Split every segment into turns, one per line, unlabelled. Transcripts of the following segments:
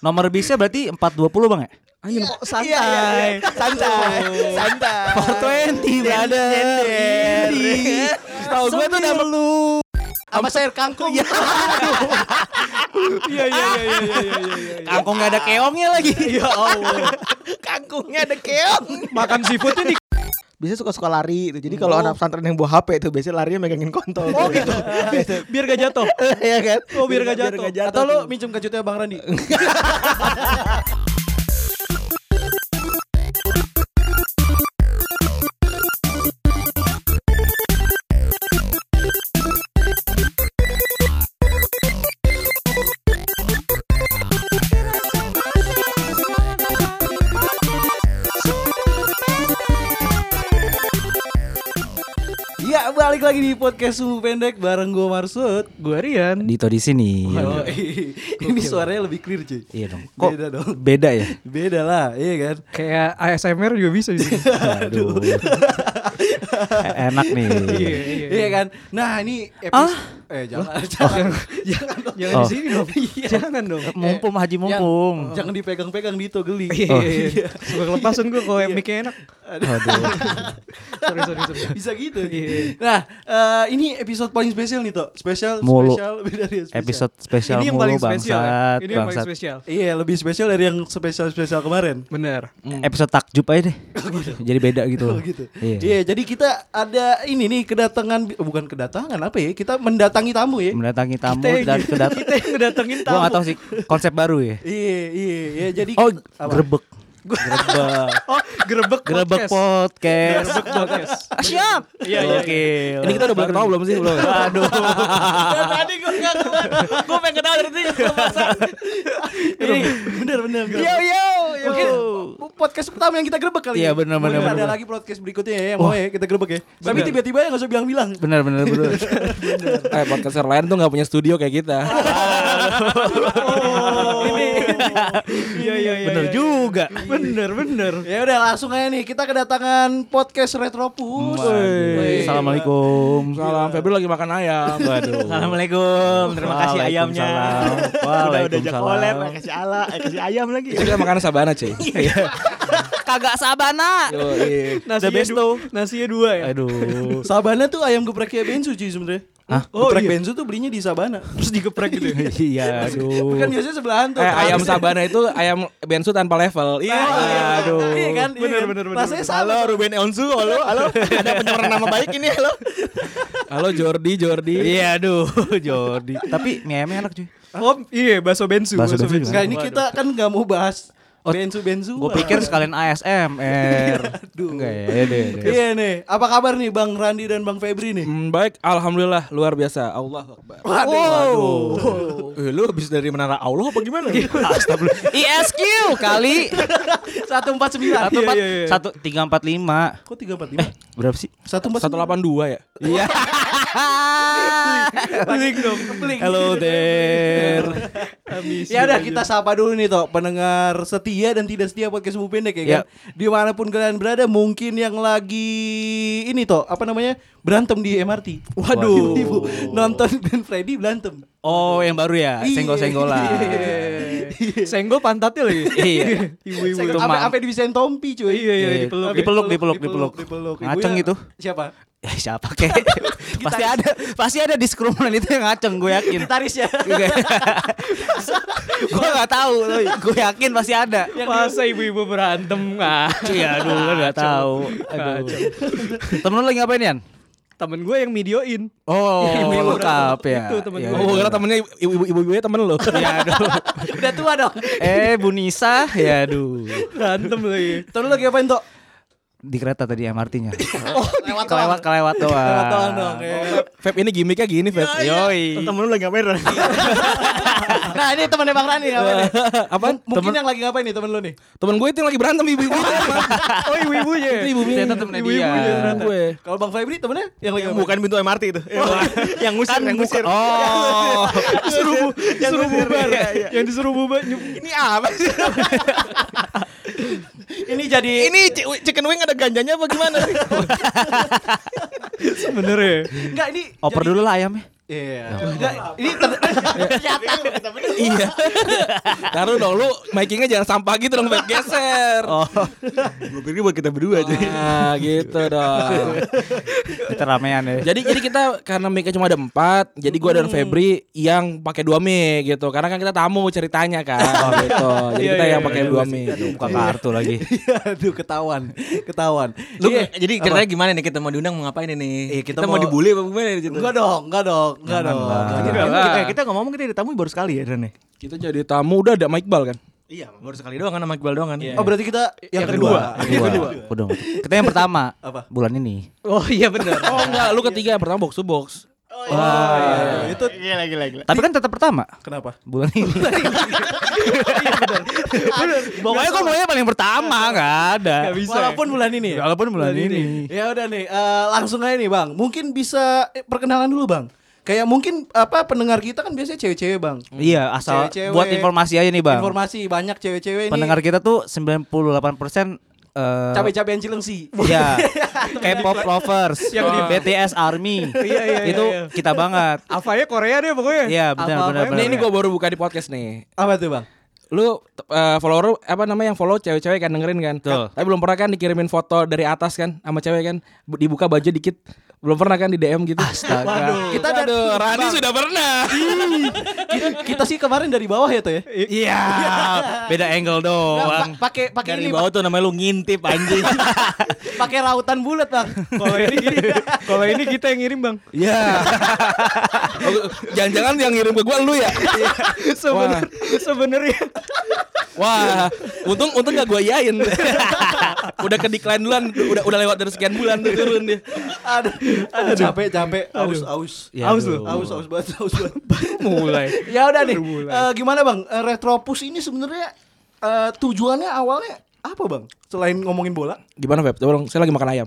Nomor bisnya berarti 420 Bang ya?
Anjing kok santai.
Iya, iya, iya. Santai, santai.
420 brother.
Nyender. Tahu gue tuh udah
lu.
sama sayur kangkung. Iya.
Iya iya iya iya iya iya, iya.
Kangkung gak ada keongnya lagi. Ya Allah.
Kangkungnya ada keong.
Makan seafood tuh di
Biasanya suka-suka lari itu. Jadi kalau anak pesantren yang bawa HP itu biasanya larinya megangin kontol. Oh gitu.
biar gak jatuh.
Iya kan?
Oh biar gak jatuh. Atau
tuh.
lo minjem kejutnya Bang Randi. Ya balik lagi di podcast Suhu Pendek bareng gue Marsud, gue Rian.
Dito di sini.
Yoi. Ini suaranya lebih clear cuy.
Iya dong. Kok
Beda dong.
beda ya?
Beda lah, iya kan? Iya,
Kayak ASMR juga bisa Iya, di sini.
Aduh. E-, Enak nih.
Iya,
Iya,
iya.
kan? Nah ini episode eh jangan jangan jangan dong.
Jangan
Ah? Oh.
di sini dong. Jangan dong.
Mumpung Haji mumpung. Oh.
Yang- Oh. jangan dipegang-pegang Dito geli.
Iya, iya. Suka kelepasan gue kalau mic-nya enak.
Aduh.
Sorry, sorry, sorry.
Bisa gitu.
Iya.
Nah, eh, ini episode paling spesial nih, Tok. Spesial
Mulu.
spesial lebih dari spesial.
Episode spesial
Ini yang
mulu
paling spesial. ya.
bangsat.
Ini yang paling
bangsat.
spesial.
Iya, lebih spesial dari yang spesial-spesial kemarin.
Bener.
Hmm. Episode takjub aja deh. Jadi beda gitu
Oh
loh.
gitu. Iya,
Iya.
jadi kita ada ini nih kedatangan bukan kedatangan apa ya? Kita mendatangi tamu ya.
Mendatangi tamu
Kita yang-
dan kedat
Kita yang ngedatengin
Gua
tamu.
gak tahu sih konsep baru ya.
Iya, iya, iya. Jadi
Oh,
apa?
grebek. Grebek.
Oh, gerebek
Grebek podcast. Ah,
Gerebek podcast.
Siap.
Iya, iya,
Oke.
Ini kita udah boleh ketawa belum sih? Belum.
Aduh.
Dan tadi gue gak Gue pengen ketawa dari tadi.
Ini Iya, bener bener. bener.
Yo yo yo.
Mungkin podcast pertama yang kita grebek kali
Oh. Iya,
ya.
bener, bener,
Mungkin
bener,
Ada
bener.
lagi podcast berikutnya ya yang mau ya kita grebek ya. Tapi tiba-tiba ya nggak usah bilang-bilang.
Benar benar benar.
Eh podcaster lain tuh gak punya studio kayak kita.
Oh.
Ini. Iya, iya, iya.
Benar
iya.
juga.
Bener, bener.
Ya udah langsung aja nih kita kedatangan podcast Retropus.
Woi. Assalamualaikum.
Iya.
Salam Febri lagi makan ayam.
Waduh.
Assalamualaikum, terima kasih ayamnya.
Waalaikumsalam.
Udah udah jak olep,
Waalaikumsalam.
kasih ala, eh, kasih ayam lagi.
Kita makan sabana cuy.
Iya,
Kagak sabana.
Yoi.
Nasinya
best
dua, nasinya dua ya.
Aduh.
Sabana tuh ayam gepreknya Bensu cuy sebenernya
Oh. Hah?
Oh, Geprek
iya.
Bensu tuh belinya di Sabana.
Terus digeprek gitu. ya.
Iya, aduh.
Kan biasanya sebelahan tuh.
Eh ayam sabana itu ayam bensu tanpa level. Iya.
Aduh. Iya kan? Iya
Bener,
kan?
bener, bener,
Rasanya
bener.
sama.
Halo Ruben Onsu, halo, halo. Ada pencemaran nama baik ini, halo. Halo Jordi, Jordi.
Iya, aduh, Jordi. Tapi mie ayamnya enak cuy.
Oh, iya, bakso bensu.
Bakso bensu juga.
Enggak, ini kita kan nggak mau bahas Bensu-Bensu.
Gue pikir sekalian ASMR.
Aduh.
Enggak ya, ya, deh, deh.
Iya nih, apa kabar nih Bang Randi dan Bang Febri nih?
Hmm, baik, alhamdulillah luar biasa. Allah Akbar.
Waduh, waduh.
Eh, lu habis dari menara Allah apa gimana?
Iya.
ISQ kali.
Satu empat sembilan.
Satu empat
Iya, iya, iya.
satu tiga empat lima.
Kok tiga empat lima?
Berapa sih?
Satu empat
182 ya? Iya.
Ah.
Pelik dong.
Hello
Iya.
there.
Ya udah kita sapa dulu nih toh pendengar setia dan tidak setia podcast Subuh Pendek ya kan. Dimanapun kalian berada mungkin yang lagi ini toh apa namanya berantem di MRT.
Waduh.
Ibu nonton Glenn Freddy berantem.
Oh, yang baru ya,
Iya.
senggol-senggolan.
Senggol pantatnya lagi.
Iya.
Ibu-ibu.
Itu
Apa
mang-
apa dibisain Tompi cuy.
Iya, iya,
Iya.
dipeluk. ya.
Dipeluk, dipeluk, dipeluk.
dipeluk.
Ngaceng
Ibunya
gitu.
Siapa?
Ya, siapa kek? pasti ada, pasti ada di kerumunan itu yang ngaceng, gue yakin.
Gitaris ya.
gue nggak tahu, Loy. gue yakin pasti ada.
Masa ibu-ibu berantem ah.
Iya, aduh, gue nggak tahu. Aduh. Temen lu lagi ngapain Yan?
Temen gue yang videoin
Oh, lengkap ya.
Iya, Itu temen Iya,
Ya,
gue.
ya,
Oh,
ya.
karena temennya ibu-ibu ibu-ibunya temen lo.
Ya, aduh.
Udah tua dong.
Eh, Bu Nisa, ya aduh.
Berantem lagi
Terus lagi apain toh?
Di kereta tadi MRT-nya.
Oh,
Lewat
Kelewat, kelewat doang.
Lewat doang dong. ya.
Feb ini gimmicknya gini, Feb.
Iya,
Yoi.
Temen lu lagi ngapain? Ran?
Nah ini temennya Bang Rani ngapain nih?
Iya, Apaan?
Kan Mungkin yang lagi ngapain nih temen lu nih?
Temen gue itu yang lagi berantem ibu-ibu.
Oh ibu-ibunya
Itu ibu-ibunya.
Ternyata temennya dia.
Ibu-ibunya ternyata. Gue.
Kalau Bang Febri temennya yang lagi ngapain?
Oh, iya, Bukan pintu MRT itu. Yang ngusir, yang ngusir.
Oh,
Disuruh, bu- disuruh bubar Yang disuruh bubar
Ini apa sih?
Ini jadi
Ini ci- chicken wing ada ganjanya apa gimana?
Bener ya
Enggak ini
oper
jadi-
dulu lah ayamnya.
Iya. Nah, ini ter-
iya. Taruh dong lu makingnya jangan sampah gitu dong buat geser. Oh.
Gue pikir buat kita berdua aja.
Nah, gitu dong.
Kita ramean
Iya,
ya.
Jadi jadi kita karena mic cuma ada empat, jadi gua dan Febri yang pakai dua mic gitu. Karena kan kita tamu ceritanya kan, gitu. Jadi
Iya,
kita
iya,
yang pakai dua mic.
Buka kartu lagi.
Aduh ketahuan, ketahuan.
Lu
Iya.
jadi ceritanya gimana nih kita mau diundang mau ngapain ini?
Iya,
kita,
kita
mau
mau-
dibully apa gimana nih?
Enggak dong, enggak dong, enggak dong.
Kita,
Enggak lah.
eh, kita ngomong kita ada tamu baru sekali ya Ren
Kita jadi tamu udah ada Mike Bal kan?
Iya, baru sekali doang kan sama Iqbal doang kan.
Iya.
Oh berarti kita yang, kedua.
Kedua. Kedua. Kita yang pertama.
Apa?
Bulan ini.
Oh iya benar.
Oh enggak, lu ketiga pertama box to box.
Wah, iya. itu
Iya lagi lagi.
Tapi kan tetap pertama.
kenapa?
Bulan ini. Pokoknya kok maunya paling pertama
Iya.
nggak ada.
Walaupun bulan ini. ya?
Walaupun bulan ini.
Ya udah nih, eh, langsung aja nih Bang. Mungkin bisa eh, perkenalan dulu Bang. Kayak mungkin apa pendengar kita kan biasanya cewek-cewek Bang.
Iya, asal
Cewek-cewek.
buat informasi aja nih, Bang.
Informasi banyak cewek-cewek ini.
Pendengar kita tuh 98% eh
cabe-cabean Cilengsi.
Iya. K-pop lovers, BTS Army.
Iya,
Itu kita banget.
Alfanya Korea deh pokoknya.
Iya,
Apa-apa
benar benar
yang-
benar.
Ini ini gua baru buka di podcast nih.
Apa tuh Bang?
Lu t- eh, follower apa namanya yang follow cewek-cewek kan dengerin kan? Tapi belum pernah kan dikirimin foto dari atas kan sama cewek kan? Bu- Dibuka baju dikit. Belum pernah kan di DM gitu. Astaga.
Kita ada-
Rani sudah pernah.
kita, kita sih kemarin dari bawah ya tuh ya.
Iya, beda angle doang.
Pa- Iya, Pakai pakai
Dari
ini
bawah tuh namanya lu ngintip anjing.
pakai rautan bulat Bang.
Kalau
iya.
ini kalau ini kita yang ngirim bang.
Iya. Oh, Jangan-jangan yang ngirim ke gua lu ya.
Sebenar sebenarnya
Wah, untung untung gak gua yain. udah ke decline duluan, udah udah lewat dari sekian bulan tuh turun dia.
aduh, aduh capek capek Iya, aus aus.
Ya,
Aus
aduh.
lu.
Aus aus banget aus banget.
mulai.
ya udah nih. Eh, gimana Bang? Eh, Retropus ini sebenarnya eh, tujuannya awalnya apa Bang? Selain ngomongin bola?
Gimana Feb? Tolong, saya lagi makan ayam.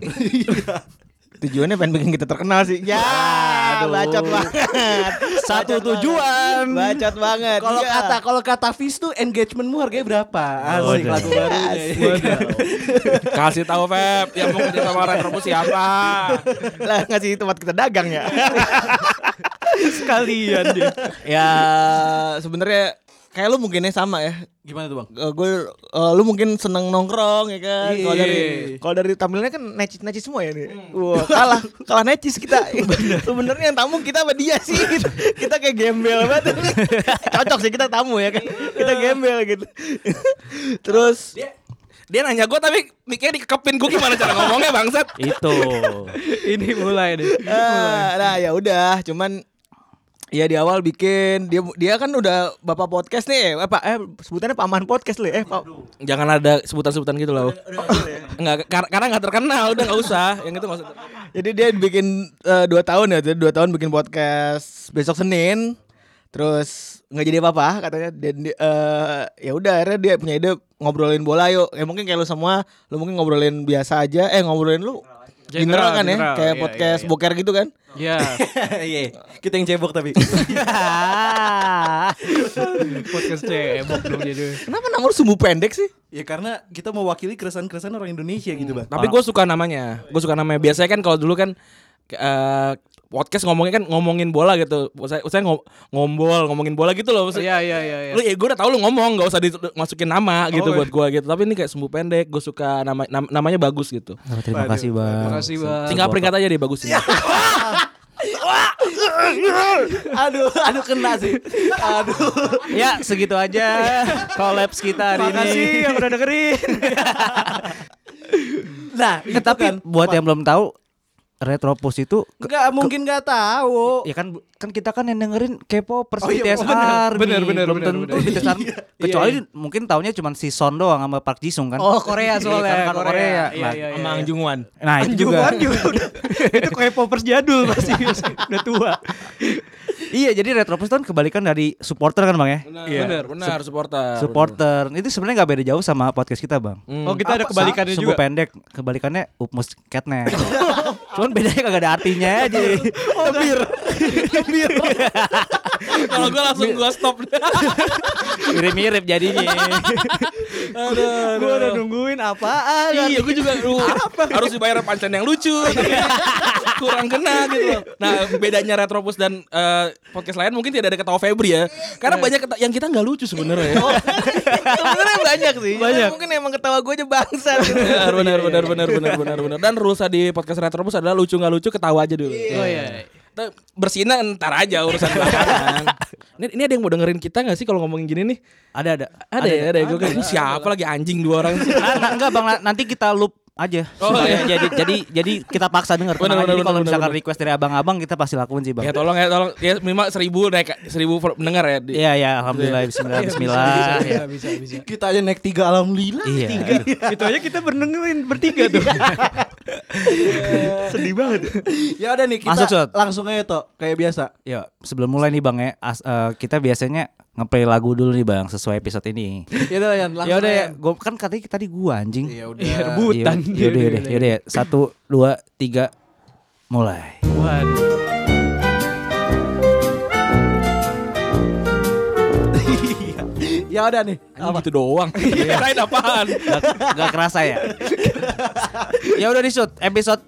Tujuannya pengen bikin kita terkenal sih. Ya, bacot banget.
Satu tujuan.
Bacot banget.
Kalau
Iya.
kata kalau kata Fis tuh engagementmu harganya berapa? Asik lagu barunya. ya.
Kasih tahu Feb, yang mau kerja sama Retrobus siapa?
lah ngasih tempat kita dagang ya.
Sekalian dia.
ya, sebenarnya kayak lu mungkinnya sama ya.
Gimana tuh Bang?
gue eh, lu mungkin seneng nongkrong ya kan kalau dari
Iya.
kalau dari tampilannya kan necis necis semua ya nih
Hmm.
Wah, kalah kalah necis kita sebenarnya yang tamu kita sama dia sih gitu. kita kayak gembel banget cocok sih kita tamu ya kan kita gembel gitu terus
Dia nanya gua tapi mikirnya dikekepin gua gimana cara ngomongnya bangsat.
Itu.
Ini mulai deh.
eh, nah ya udah cuman Ya di awal bikin dia dia kan udah bapak podcast nih eh, pak eh sebutannya paman podcast loh eh pak
Jangan ada sebutan-sebutan gitu loh. Enggak, kar- karena nggak terkenal, udah nggak usah. Yang itu nggak usah.
Jadi dia bikin eh, dua tahun ya, jadi dua tahun bikin podcast besok Senin. Terus nggak jadi apa-apa katanya dan di- eh, ya udah akhirnya dia punya ide ngobrolin bola yuk. Ya mungkin kayak lu semua, lu mungkin ngobrolin biasa aja. Eh ngobrolin lu general,
General,
kan ya,
general.
kayak
Iya,
podcast boker gitu kan.
Ya.
Iya, kita yang cebok tapi.
Podcast cebok dong jadi.
Kenapa nangol sumbu pendek sih?
ya karena kita mewakili keresahan-keresahan orang Indonesia gitu,
Hmm.
Bang.
Tapi gue suka namanya. Gue suka namanya. Biasanya kan kalau dulu kan ke- eh, podcast ngomongnya kan ngomongin bola gitu. Saya saya ngo- ngombol ngomongin bola gitu loh. Maksud-
Iya iya iya. iya.
Lu ya gue udah tau lu ngomong gak usah dimasukin nama gitu
Oh,
buat gue gitu. Tapi ini kayak sumbu pendek. Gue suka nama nam- namanya bagus gitu.
terima kasih, Bang.
Terima kasih bang. Iya,
Tinggal peringkat aja deh bagus ini.
aduh, aduh kena sih. Aduh.
Ya, segitu aja collabs kita hari
Makasih
ini.
yang udah dengerin.
Nah,
Eh,
itu
tapi
kan
buat yang belum tahu Retropus itu ke-
Enggak mungkin enggak tahu.
ya kan kan kita kan yang dengerin K-popers
Oh iya,
BTS
bener.
Army.
Bener, bener,
belum
bener,
tentu
bener.
BTS Army. kecuali mungkin taunya cuma si Son doang sama Park Jisung kan
iya. Oh Korea
Iya,
soalnya.
kan, kan Korea.
Iya iya iya.
Mang Jungwan.
nah itu juga
Anjuman juga udah. Itu kayak popers jadul pasti. Udah tua.
iya, jadi Retropus kan kebalikan dari supporter kan, Bang ya?
Benar, benar, benar Iya. supporter.
supporter. Itu sebenarnya nggak beda jauh sama podcast kita, Bang.
Hmm.
Oh kita ada kebalikannya
Sumbu
juga.
pendek, kebalikannya Upmus Catnet. Cuman bedanya kagak ada artinya aja.
Oh,
Tebir. Tebir.
Kalau gue langsung gue stop.
Mirip-mirip jadinya.
Gue udah nungguin apaan.
Iya, gue juga lu harus dibayar pancen yang lucu, tapi kurang kena gitu. loh. Nah, bedanya Retropus dan eh, podcast lain mungkin tidak ada ketawa Febri ya, karena banyak keta- yang kita nggak lucu sebenarnya. ya.
Sebenarnya banyak
Ya,
sih. Banyak. Mungkin emang ketawa gue aja bangsa.
benar, benar, benar, benar, benar, benar, benar. Dan rulesnya di podcast Retropus adalah lucu nggak lucu ketawa aja dulu.
Oh iya.
Kita Bersihinnya ntar aja urusan belakangan. ini, ini ada yang mau dengerin kita nggak sih kalau ngomongin gini nih?
ada ada.
Ada, ya, ada. ya. Gue kan siapa lagi anjing dua orang sih.
Ah, na- enggak Bang, na- nanti kita loop aja.
Oh, iya.
jadi jadi jadi kita paksa denger.
Benar,
Tenang aja.
benar,
Jadi kalau
benar,
misalkan
benar.
request dari abang-abang kita pasti lakuin sih, Bang.
Ya tolong ya tolong ya minimal seribu naik seribu pendengar ya. Di,
Iya ya, alhamdulillah bismillah bismillah. ya.
bisa bisa.
Kita aja naik tiga alhamdulillah.
Iya.
Itu aja kita berdengerin bertiga tuh. Sedih banget.
Ya udah nih kita
Masuk, Sot.
langsung aja toh kayak biasa.
Ya, sebelum mulai nih Bang ya, as- eh, kita biasanya ngeplay lagu dulu nih Bang sesuai episode ini.
Ya udah Yan, langsung.
Ya udah ya,
aja.
gua kan katanya tadi gua anjing.
Ya udah.
Iya, rebutan.
Iya, Yaudah yaudah yaudah ya. Satu, dua, tiga, mulai.
Waduh.
Ya udah nih.
Apa? Gitu doang. Kirain apaan?
Gak, gak kerasa ya. ya udah di shoot episode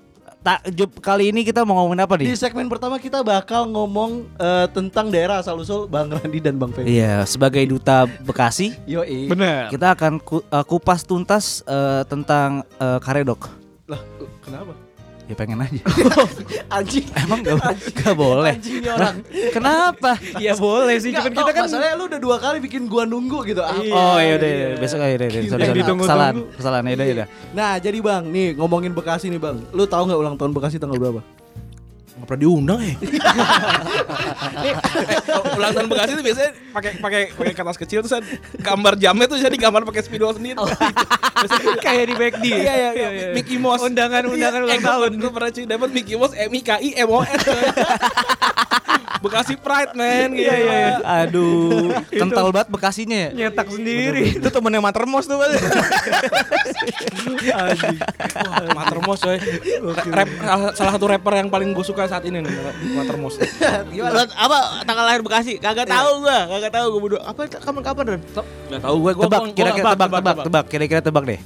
takjub kali ini kita mau ngomongin apa
Di
nih?
segmen pertama kita bakal ngomong eh, tentang daerah asal usul Bang Randi dan Bang Febri.
Iya, sebagai duta Bekasi,
Yoi.
Benar.
kita akan ku- eh, kupas tuntas eh, tentang eh, karedok.
Lah, kenapa?
Ya pengen aja.
Anjing.
Emang gak, gak boleh.
Anjing nih orang.
Lah, kenapa?
Iya,
Ya boleh sih,
Nggak,
cuman
Tok,
kita kan
Iya, masalahnya lu udah dua kali bikin gua nunggu gitu. Apa?
Oh iya udah iya, besok aja deh. Sorry,
Gila,
sorry.
ditunggu-tunggu.
Kesalahan, kesalahan ya udah ya udah.
Nah, jadi Bang, nih ngomongin Bekasi nih Bang. Lu tahu nggak ulang tahun Bekasi tanggal berapa?
Nggak pernah diundang ya. ulang tahun Bekasi eh, itu biasanya pakai pakai pakai kertas kecil terus ada gambar jamnya tuh jadi gambar pakai spidol sendiri.
Oh. kayak di McD.
Iya iya iya. Mickey Mouse.
Undangan-undangan
Iya,
ulang
gua-
tahun.
Gua pernah cuy dapat Mickey Mouse eh, M I K I M O S. Bekasi Pride man gitu.
Iya, iya, iya.
Aduh, kental banget Bekasinya ya.
Nyetak sendiri.
Itu temennya Matermos tuh. Bang.
Matermos coy. Rap, salah satu rapper yang paling gue suka saat ini nih Matermos.
Gimana? Apa tanggal lahir Bekasi? Kagak tahu gua, kagak tahu gua bodoh. Apa kapan-kapan, Ren?
Gak tahu gue
Tebak, kira-kira tebak, tebak, tebak, kira-kira tebak deh.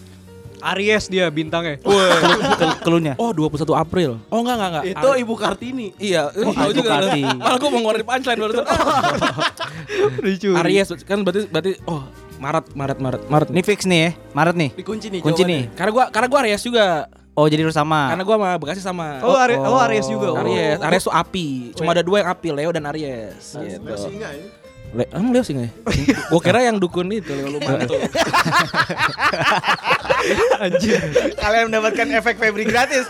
Aries dia bintangnya.
Kelu- kelu- Kelunya.
Oh 21 April Oh enggak enggak enggak
Itu
Ah,
Ibu Kartini.
Iya oh, tahu
Ibu
juga lu.
Karti.
Malah gue mau ngeluarin punchline barusan
Lucu.
Aries kan berarti berarti Oh Maret Maret Maret Maret
Ini
nih
fix nih ya, Maret nih.
Dikunci nih.
Kunci
jawabannya.
nih.
Karena gue karena gue Aries juga
Oh jadi lu sama.
Karena gue sama Bekasi sama
Oh, Aries, oh, Aries juga. Oh.
Aries Aries tuh api Cuma ada dua yang api Leo dan Aries gitu. Le Emang Leo sih nggak ya? Gue kira yang dukun itu Leo Lumanto
Kalian mendapatkan efek Febri gratis.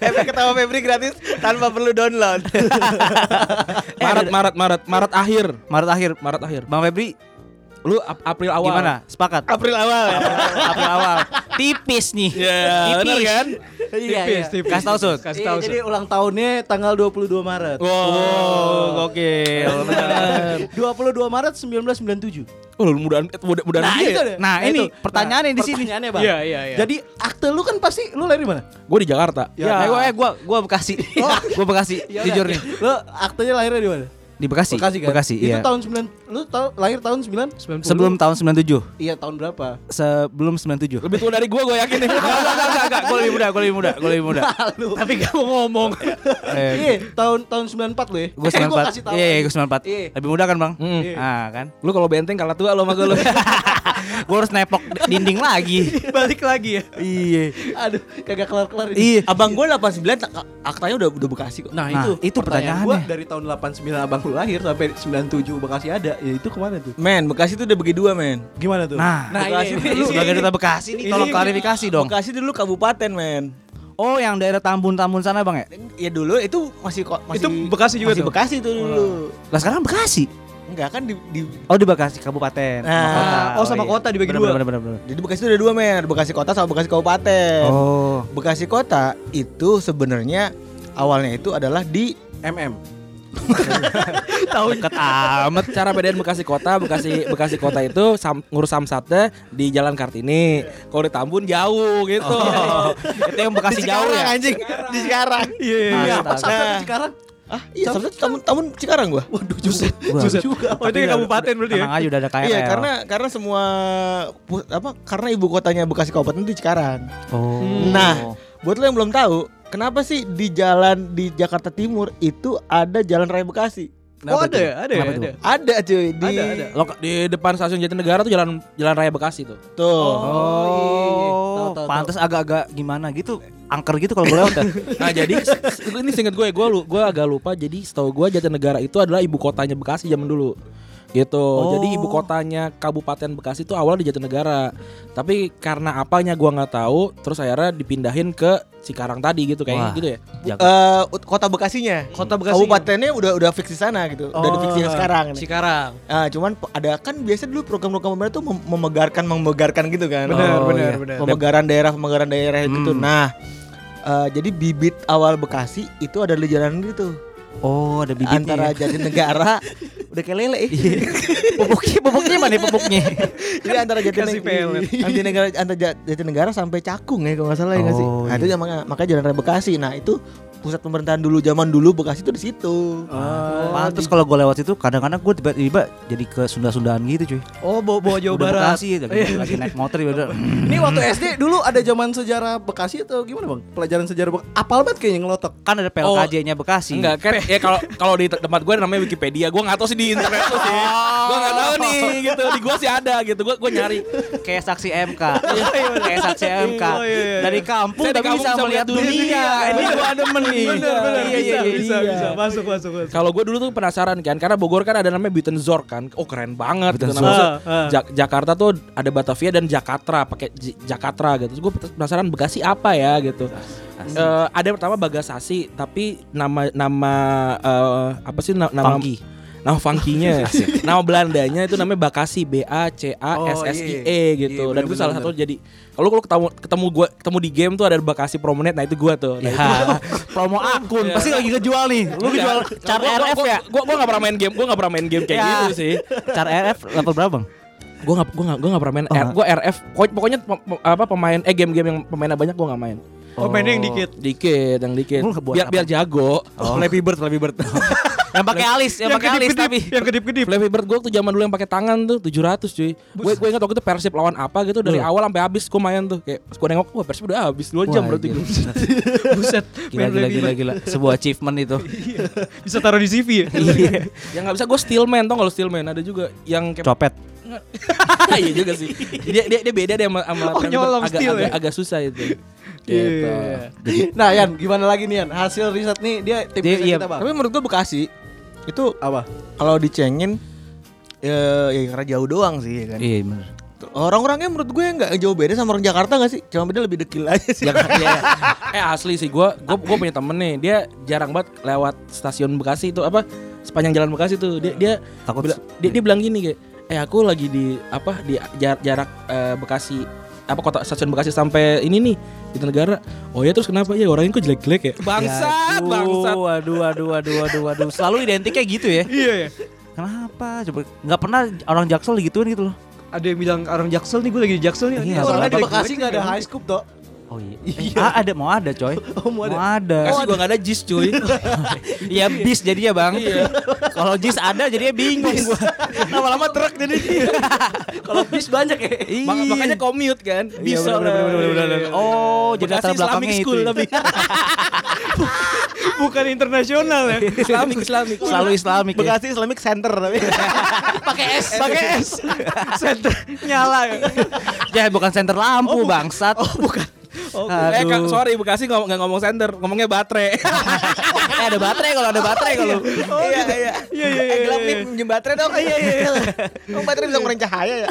efek ketawa Febri gratis tanpa perlu download.
Maret Maret Maret Maret akhir
Maret akhir.
Maret akhir
Bang Febri
Lu Ap- April awal
gimana? Sepakat?
April awal. ya?
April awal. Tipis nih.
Iya bener
Tipis.
kan
Iya,
Tipis,
iya.
tipis.
Kasih tau, Sud.
Kasih
Iya,
tau,
jadi
Sud.
ulang tahunnya tanggal 22 Maret.
Wow, Oh, gokil. Bener.
22 Maret 1997.
Oh lu mudaan eh, muda- mudaan
Nah,
dia
itu
ya?
deh.
Nah, ini pertanyaannya di sini.
Pertanyaannya, Bang.
Iya, iya, iya.
Jadi akte lu kan pasti lu lahir di mana?
Gue di Jakarta
Ya, Oh. gue eh gua gua Bekasi. Gua Bekasi, jujur nih.
Lu aktenya lahirnya di mana? kan?
Di Iya, ya. Bekasi. Bekasi,
Itu
iya.
tahun 9 lu tahu lahir tahun 9?
90.
Sebelum tahun 97.
Iya, tahun berapa?
Sebelum 97.
Lebih tua dari gue gue yakin nih
Enggak, enggak, enggak, gue lebih muda, gue lebih muda, gue lebih muda.
tapi kamu ngomong.
Eh,
Iya, tahun tahun 94 lu ya.
gue
Eh, gua kasih
94.
tahu
Iya,
aja.
gue 94.
Iya.
Lebih muda kan, Bang?
Mm.
Ah, kan.
Lu kalau benteng kalah tua lo sama gue lu
Gue harus nepok dinding lagi.
Balik lagi ya.
Iya.
Aduh, kagak kelar-kelar ini.
Iya.
Abang gua 89 tak- aktanya udah udah Bekasi kok.
Nah,
Nah,
itu
itu
gua
pertanyaannya.
dari tahun 89 abang lu lahir sampai 97 Bekasi ada. Ya itu kemana tuh?
Men, Bekasi tuh udah bagi dua, men.
Gimana tuh? iya,
Nah,
Bekasi
ini-
dulu.
ini-
sebagai duta Bekasi nih tolong klarifikasi dong.
Bekasi dulu kabupaten, men.
Oh, yang daerah Tambun-Tambun sana, Bang ya?
Ya dulu itu masih ko- masih
Itu Bekasi juga
masih
tuh? Oh.
Bekasi tuh dulu.
Lah sekarang Bekasi.
Enggak kan di, di
Oh, di Bekasi kabupaten. sama
Nah,
kota.
oh, sama
iya.
kota dibagi
Bener,
dua.
Bener, bener, bener.
jadi Bekasi tuh ada dua, men. Bekasi kota sama Bekasi kabupaten.
Oh.
Bekasi kota itu sebenarnya awalnya itu adalah di
MM.
Tahu deket amat.
Cara bedain Bekasi Kota, Bekasi Bekasi Kota itu sam, ngurus samsatnya di Jalan Kartini. Kalau di Tambun jauh gitu.
Itu yang Bekasi jauh
Cikarang,
ya.
anjing. Di sekarang. Iya.
Iya,
Apa Nah, sampai sekarang?
Ah, iya sampai tamun tamun Cikarang gua.
Waduh, juset,
Buset.
juset juga.
Oh, itu di kabupaten berarti ya?
Tenang aja udah ada KRL.
Iya, karena karena semua pu- apa karena ibu kotanya Bekasi Kabupaten itu di Cikarang.
Oh.
Nah, buat lo yang belum tahu, kenapa sih di jalan di Jakarta Timur itu ada jalan raya Bekasi?
Oh, ada ya, ada ya,
Kenapa
ada.
Ada cuy di
Ada, ada.
Lo- di depan stasiun Jatinegara tuh jalan jalan raya Bekasi tuh.
Oh.
tuh.
Oh, pantas agak-agak gimana gitu, angker gitu kalau gue lewat ya.
Nah jadi s- s- ini singkat gue, gue lu- gue agak lupa. Jadi setahu gue Jatinegara itu adalah ibu kotanya Bekasi zaman dulu. Gitu. Jadi ibu kotanya Kabupaten Bekasi itu awalnya di Jatinegara. Tapi karena apanya gue nggak tahu. Terus akhirnya dipindahin ke Cikarang tadi gitu kayaknya
Wah.
gitu ya.
Eh, ut- kota Bekasinya.
Kota Bekasi. Oh.
Kabupatennya udah udah fix di sana gitu. Udah di fix yang sekarang. nih.
Cikarang.
Ah, cuman pe- ada kan biasa dulu program-program pemerintah tuh mem- memegarkan memegarkan gitu kan.
Benar,
Oh,
benar,
iya.
benar.
Pemegaran daerah, pemegaran daerah gitu.
Hmm.
Nah, eh, jadi bibit awal Bekasi itu ada di jalan gitu.
Oh, ada bibitnya.
Antara
iya.
ya.
Jatinegara udah kayak lele.
pupuknya, pupuknya mana ya, pupuknya?
Jadi antara
Kasih Kan pelet.
Jatinegara, Jatinegara, antara Ja- Jatinegara sampai Cakung ya kalau nggak salah ya nggak sih.
Oh,
iya.
Nah, itu yang makanya, makanya jalan raya Bekasi. Nah, itu pusat pemerintahan dulu zaman dulu Bekasi itu di situ.
Oh.
Pantas Eh, kalau gue lewat itu kadang-kadang gue tiba-tiba jadi ke Sunda-Sundaan gitu cuy.
Oh, bawa, bawa Jawa
Udah
Barat.
Bekasi, lagi,
Iya.
lagi naik motor tiba-tiba.
Ini
Mm-hmm.
waktu SD dulu ada zaman sejarah Bekasi atau gimana bang? Pelajaran sejarah Bekasi. Apal banget kayaknya ngelotok.
kan
Oh,
ada PLKJ-nya Bekasi.
Enggak kan ya kalau kalau di te- tempat gue namanya Wikipedia. Gue nggak tahu sih di internet tuh sih. Gue nggak tahu nih gitu. Di gue sih ada gitu. Gue gue nyari.
Kayak saksi MK. Kayak saksi MK.
Oh, iya, iya, iya.
Dari kampung
Saya di
tapi
kampung
bisa melihat dunia.
Ini gue demen nih.
Benar, benar.
Iya, iya,
Bisa,
iya,
bisa,
iya.
bisa. Masuk, masuk, masuk.
Kalau gue dulu tuh penasaran kan, karena Bogor kan ada namanya Buitenzorg kan, oh keren banget. Gitu.
Buitenzorg.
namanya.
Ah, ah.
Ja- Jakarta tuh ada Batavia dan Jakarta, pakai J- Jakarta gitu. Terus gue penasaran Bekasi apa ya gitu. Eh, ada yang pertama Bagasasi, tapi nama nama eh, apa sih na- nama
Funky.
Nama funkinya Nama Belandanya itu namanya Bakasi B A C A S S
Oh,
I E
iya.
gitu.
Iya,
Dan
bener,
itu salah
bener,
satu jadi kalau kalau ketemu ketemu gua ketemu di game tuh ada Bakasi Promenade, nah itu gua tuh. Nah, itu-
Ya, promo akun pasti lagi ngejual nih. Lu ngejual car
Gua- gua-
RF
gua-
ya?
Gua gua enggak pernah main game, gua enggak pernah main game kayak
Ya.
gitu sih.
Car RF level berapa, Bang?
Gue gak, gua gak, gua gak pernah main
Ah.
R, Gue RF Pokok- Pokoknya pem- pem- apa pemain Eh game-game yang pemainnya banyak gue gak main
Oh, mainnya yang dikit.
Dikit yang dikit
Lu ngebuat
Biar
apa?
biar jago
Oh. Flappy Bird, Flappy Bird. yang pakai alis, yang pakai alis tapi
yang kedip-kedip.
Flappy Bird gue tuh zaman dulu yang pakai tangan tuh 700 cuy Gue gue ingat waktu itu Persib lawan apa gitu Dari awal sampai habis gue main tuh Kayak gue nengok Wah Persib udah habis
Wah,
2 jam
iya.
berarti
gila.
Buset,
Gila,
main
gila,
Flappy
gila,
Bird.
gila. Sebuah achievement itu.
Bisa taruh di CV ya?
Iya. Yang gak bisa gue steelman tau kalau steelman Ada juga yang kayak
Copet.
Iya juga sih dia, dia, dia beda deh sama, sama Flappy
Oh,
Bird.
nyolong
agak,
steel
agak,
ya?
agak susah itu Gitu
Iya. Nah Yan, gimana lagi nih Yan? Hasil riset nih dia tim
Dia-
riset
iya.
kita bang.
Tapi menurut gua Bekasi itu
Apa?
kalau dicengin ya, ya karena jauh doang sih ya kan.
Iya, benar.
Orang-orangnya menurut gue nggak jauh beda sama orang Jakarta nggak sih? Cuma beda lebih dekil aja sih.
eh asli sih gue gue punya temen nih dia jarang banget lewat stasiun Bekasi itu apa sepanjang jalan Bekasi tuh dia dia
Takut-
bila- dia, dia bilang gini kayak eh aku lagi di apa di jar- jarak eh, Bekasi apa kota stasiun Bekasi sampai ini nih di negara oh ya terus kenapa ya orangnya kok jelek-jelek ya bangsat
Aduh,
bangsat
Waduh, waduh, waduh, waduh, waduh. Selalu identiknya gitu ya.
Iya ya.
Kenapa? Coba nggak pernah orang Jaksel digituin gitu loh.
Ada yang bilang orang Jaksel nih, gue lagi di Jaksel nih.
Iya,
anjing.
orang
Soalnya di
Jelek-jelek
Bekasi
jelek-jelek
nggak ada
kan.
high scoop toh.
Oh iya. Ah, ada mau ada, coy.
Oh, mau ada.
Bekasi gua gak ada jis cuy
Iya bis jadinya bang. Kalau jis ada jadinya bingung gua. Lama-lama truk jadi.
Kalau bis banyak ya.
Iya.
Mak-
Iya.
makanya commute kan bisa
Oh jadi latar
Bekasi Islamic
belakangnya itu.
school
ya.
tapi
Bukan internasional ya.
Islamic Islamic
Selalu Islamik. Ya.
Bekasi Islamic Center tapi.
Pakai S. Pakai S. Center nyala ya.
Ya bukan center lampu bangsat. Oh bukan.
Eh
Aduh.
Kak, sorry Bekasi ngom- nggak ngomong sender, ngomongnya baterai.
Eh ada baterai kalau ada baterai kalau.
iya iya.
Iya, iya,
Eh,
iya,
gelap
iya,
nih
iya.
pinjem baterai dong. Iya iya. Emang baterai bisa ngurangin cahaya ya.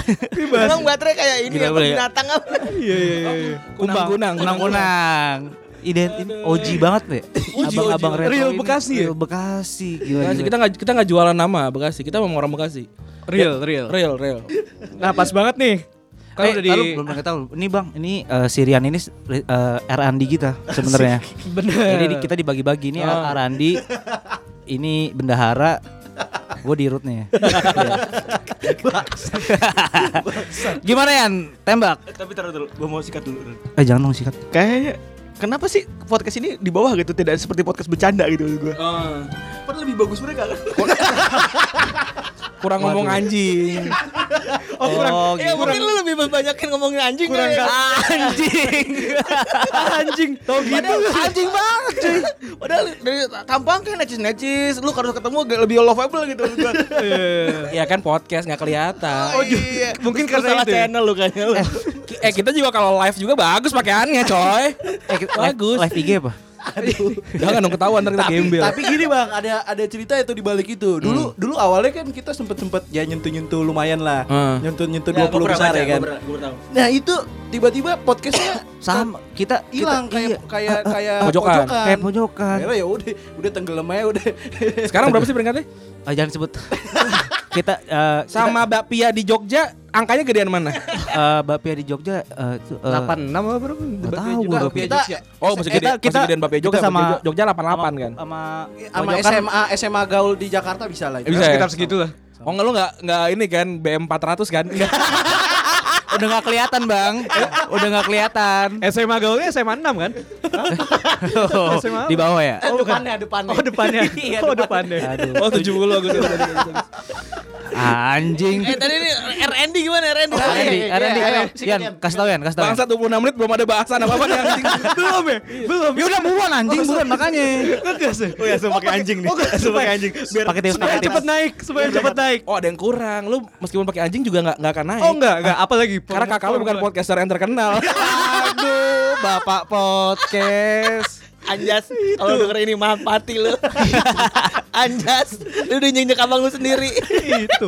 Emang baterai kayak ini
Gila,
apa
boleh ya?
binatang apa?
Iya iya iya.
Kunang kunang kunang kunang. Ident OG banget deh.
Uji,
Abang-abang
uji.
retro
Real
ini.
Bekasi ya?
Real Bekasi. Gila,
Bekasi,
gila.
kita nggak kita nggak jualan nama Bekasi, kita mau orang Bekasi.
Real, real.
Real, real.
Nah, pas banget nih. Kan
eh,
udah di
taruh, belum pernah tahu. Ini Bang, ini eh, si Rian ini eh, R Andi kita sebenarnya.
bener. Oh.
Jadi di- kita dibagi-bagi ini R Andi ini bendahara gue di root nih. ya. Gimana Yan? Tembak.
Tapi taruh dulu, gue mau sikat dulu.
Eh jangan dong sikat.
Kayaknya kenapa sih podcast ini di bawah gitu tidak seperti podcast bercanda gitu maksud gua.
Padahal lebih bagus mereka kan.
Kurang ngomong anjing.
Oh,
Ya
gitu.
mungkin lu lebih membanyakin ngomongin anjing kali
Kurang
ya.
Anjing.
Anjing, tau gitu.
Padahal anjing banget cuy. Padahal dari tampang kan necis-necis, lu kalau ketemu agak lebih lovable gitu maksud gua.
ya kan podcast nggak kelihatan.
Oh,
iya.
Mungkin
Terus
karena
salah
itu. ya?
channel lu kayaknya lu.
Eh kita juga kalau live juga bagus pakaiannya coy.
Eh,
Bagus.
live, live IG apa?
Jangan dong ketahuan ntar kita gembel.
Tapi gini bang, ada ada cerita itu di balik itu.
Hmm.
Dulu dulu awalnya kan kita sempet sempet ya nyentuh nyentuh lumayan lah,
Ah.
Hmm.
nyentuh nyentuh dua
Nah, gua
puluh
pernah
besar
baca,
ya kan.
gua pernah- gua pernah tahu.
Nah itu tiba-tiba podcastnya
Sama kita kita-
hilang
iya.
kayak kayak kayak
Pojokan.
kayak pojokan.
Akhirnya ya udah udah tenggelam aja udah.
Sekarang berapa sih peringkatnya?
Ah, jangan sebut. kita eh,
Sama Mbak Pia di Jogja angkanya gedean mana?
kita, eh, Bapia di Jogja eh, itu, eh,
86 apa berapa? Eh,
Nggak tahu gua
Nah,
Bapia
kita
Oh masih gede,
Kita-
masih
kita-
gedean Mbak Pia
kita
Jogja.
sama-
Sama, Jogja 88 kan.
sama
Iya, sama
pojokan.
SMA SMA gaul di Jakarta kan bisa lah.
Eh, bisa ya?
Sekitar segitu lah.
Oh enggak lu enggak enggak ini kan BM 400 kan?
udah nggak kelihatan bang Eh, udah nggak kelihatan
SMA gaulnya SMA 6 kan? SMA apa?
di bawah ya Iya,
Eh, depannya depannya.
Oh depannya. Oh depannya. Oh 70 aku tuh.
anjing
Eh tadi ini RND gimana RND?
Randy,
iya,
Randy,
iya,
ayo,
sikat,
Yan,
Yan.
kasih tau Yan, kasih tau. Yan.
Bangsa 26 menit belum ada bahasan apa-apa nih anjing.
Belum ya? Belum.
Ya udah buruan anjing, buruan makanya. iya,
Ngegas ya? Oh ya, langsung pakai anjing nih. Langsung pakai anjing. Biar
Pakai tips,
Iya,
supaya
pakai
cepet
tips.
naik, supaya cepet naik.
Oh ada yang kurang. Lu meskipun pakai anjing juga enggak enggak akan naik.
Oh enggak, enggak. Apalagi
Karena kakak lu bukan podcaster yang terkenal.
Aduh, bapak podcast.
Anjas, kalau denger ini maaf mati lu. Anjas, lu udah nyenyak abang lu sendiri.
itu.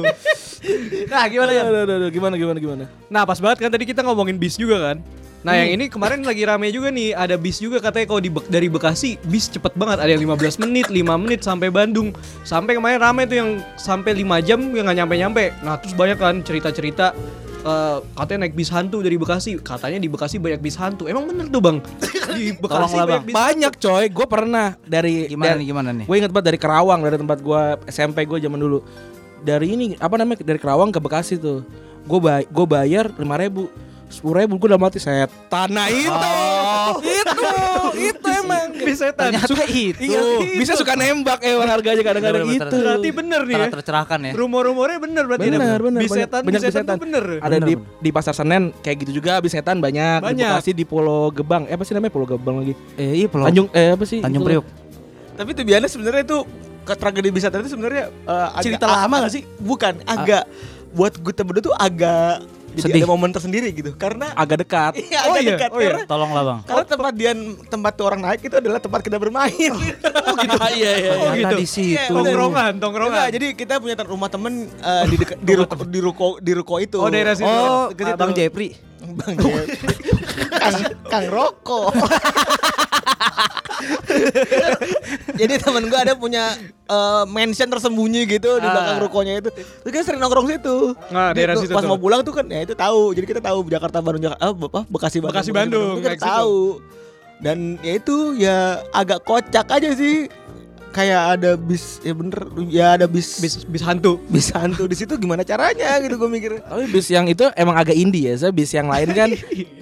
Nah, gimana ya?
Aduh, aduh, aduh, gimana gimana gimana?
Nah, pas banget kan tadi kita ngomongin bis juga kan. Nah,
Hmm.
yang ini kemarin lagi rame juga nih, ada bis juga katanya kalau di Bek- dari Bekasi bis cepet banget, ada yang 15 menit, 5 menit sampai Bandung. Sampai kemarin rame tuh yang sampai 5 jam yang nggak nyampe-nyampe. Nah, terus banyak kan cerita-cerita eh, katanya naik bis hantu dari Bekasi. Katanya di Bekasi banyak bis hantu. Emang bener tuh, Bang? Di Bekasi
Tolonglah,
banyak
Bang.
bis.
Banyak coy, gue pernah dari
Gimana
dari-
nih, gimana nih?
Gue inget banget dari Kerawang dari tempat gue SMP gue zaman dulu. Dari ini apa namanya dari Kerawang ke Bekasi tuh. Gue bay gue bayar lima ribu, sepuluh ribu gue udah mati set. Tanah itu,
Oh.
itu, itu emang.
Bis setan.
Ternyata itu.
Iya, bisa suka nembak emang harganya kadang-kadang
Bener-bener,
gitu.
Berarti bener nih ya.
Sangat tercerahkan ya.
Rumor-rumornya bener berarti
Bener,
ya.
bener,
Bis
banyak-
setan,
banyak
bis setan tuh
bisetan.
bener.
Ada
Bener,
di di pasar Senen kayak gitu juga bis setan banyak. Di
Banyak.
Bekasi di Pulau Gebang. Eh apa sih namanya Pulau Gebang lagi?
Eh, iya Pulau
Tanjung eh apa sih?
Tanjung
itu?
Priok.
Tapi tuh biasanya sebenarnya itu ke tragedi bisa itu sebenarnya eh, agak-
Cerita lama gak sih?
Bukan, agak buat kita berdua tuh agak jadi
Sedih.
ada momen tersendiri gitu karena
Agak dekat.
Iya,
Oh
agak
iya,
dekat
oh iya.
karena
Tolonglah bang.
Karena tempat dia tempat tuh orang naik itu adalah tempat kita bermain. Oh gitu. iya iya.
Oh,
Ternyata
gitu.
di situ.
Tongkrongan, tongkrongan.
Enggak, jadi kita punya te- rumah temen eh, di, deket- di ruko di ruko di ruko itu.
Oh, daerah situ.
Oh,
Deket situ.
Bang Jepri.
Bang Jep. Kang Kang Roko. jadi temen gue ada punya eh, mansion tersembunyi gitu di belakang rukonya itu. Terus kita sering nongkrong situ.
Nah,
Jadi
daerah
tuh
situ
Pas
tuh.
mau pulang tuh kan ya itu tahu. Jadi kita tahu Jakarta Bandung Jakarta eh, apa Bekasi Bandung.
Bekasi, Bandung,
Itu Kita
naik situ.
tahu. Dan ya itu ya agak kocak aja sih. Kayak ada bis ya bener ya ada bis
bis bis hantu.
bis hantu di situ gimana caranya gitu gue mikir.
Tapi bis yang itu emang agak indie ya. Saya bis yang lain kan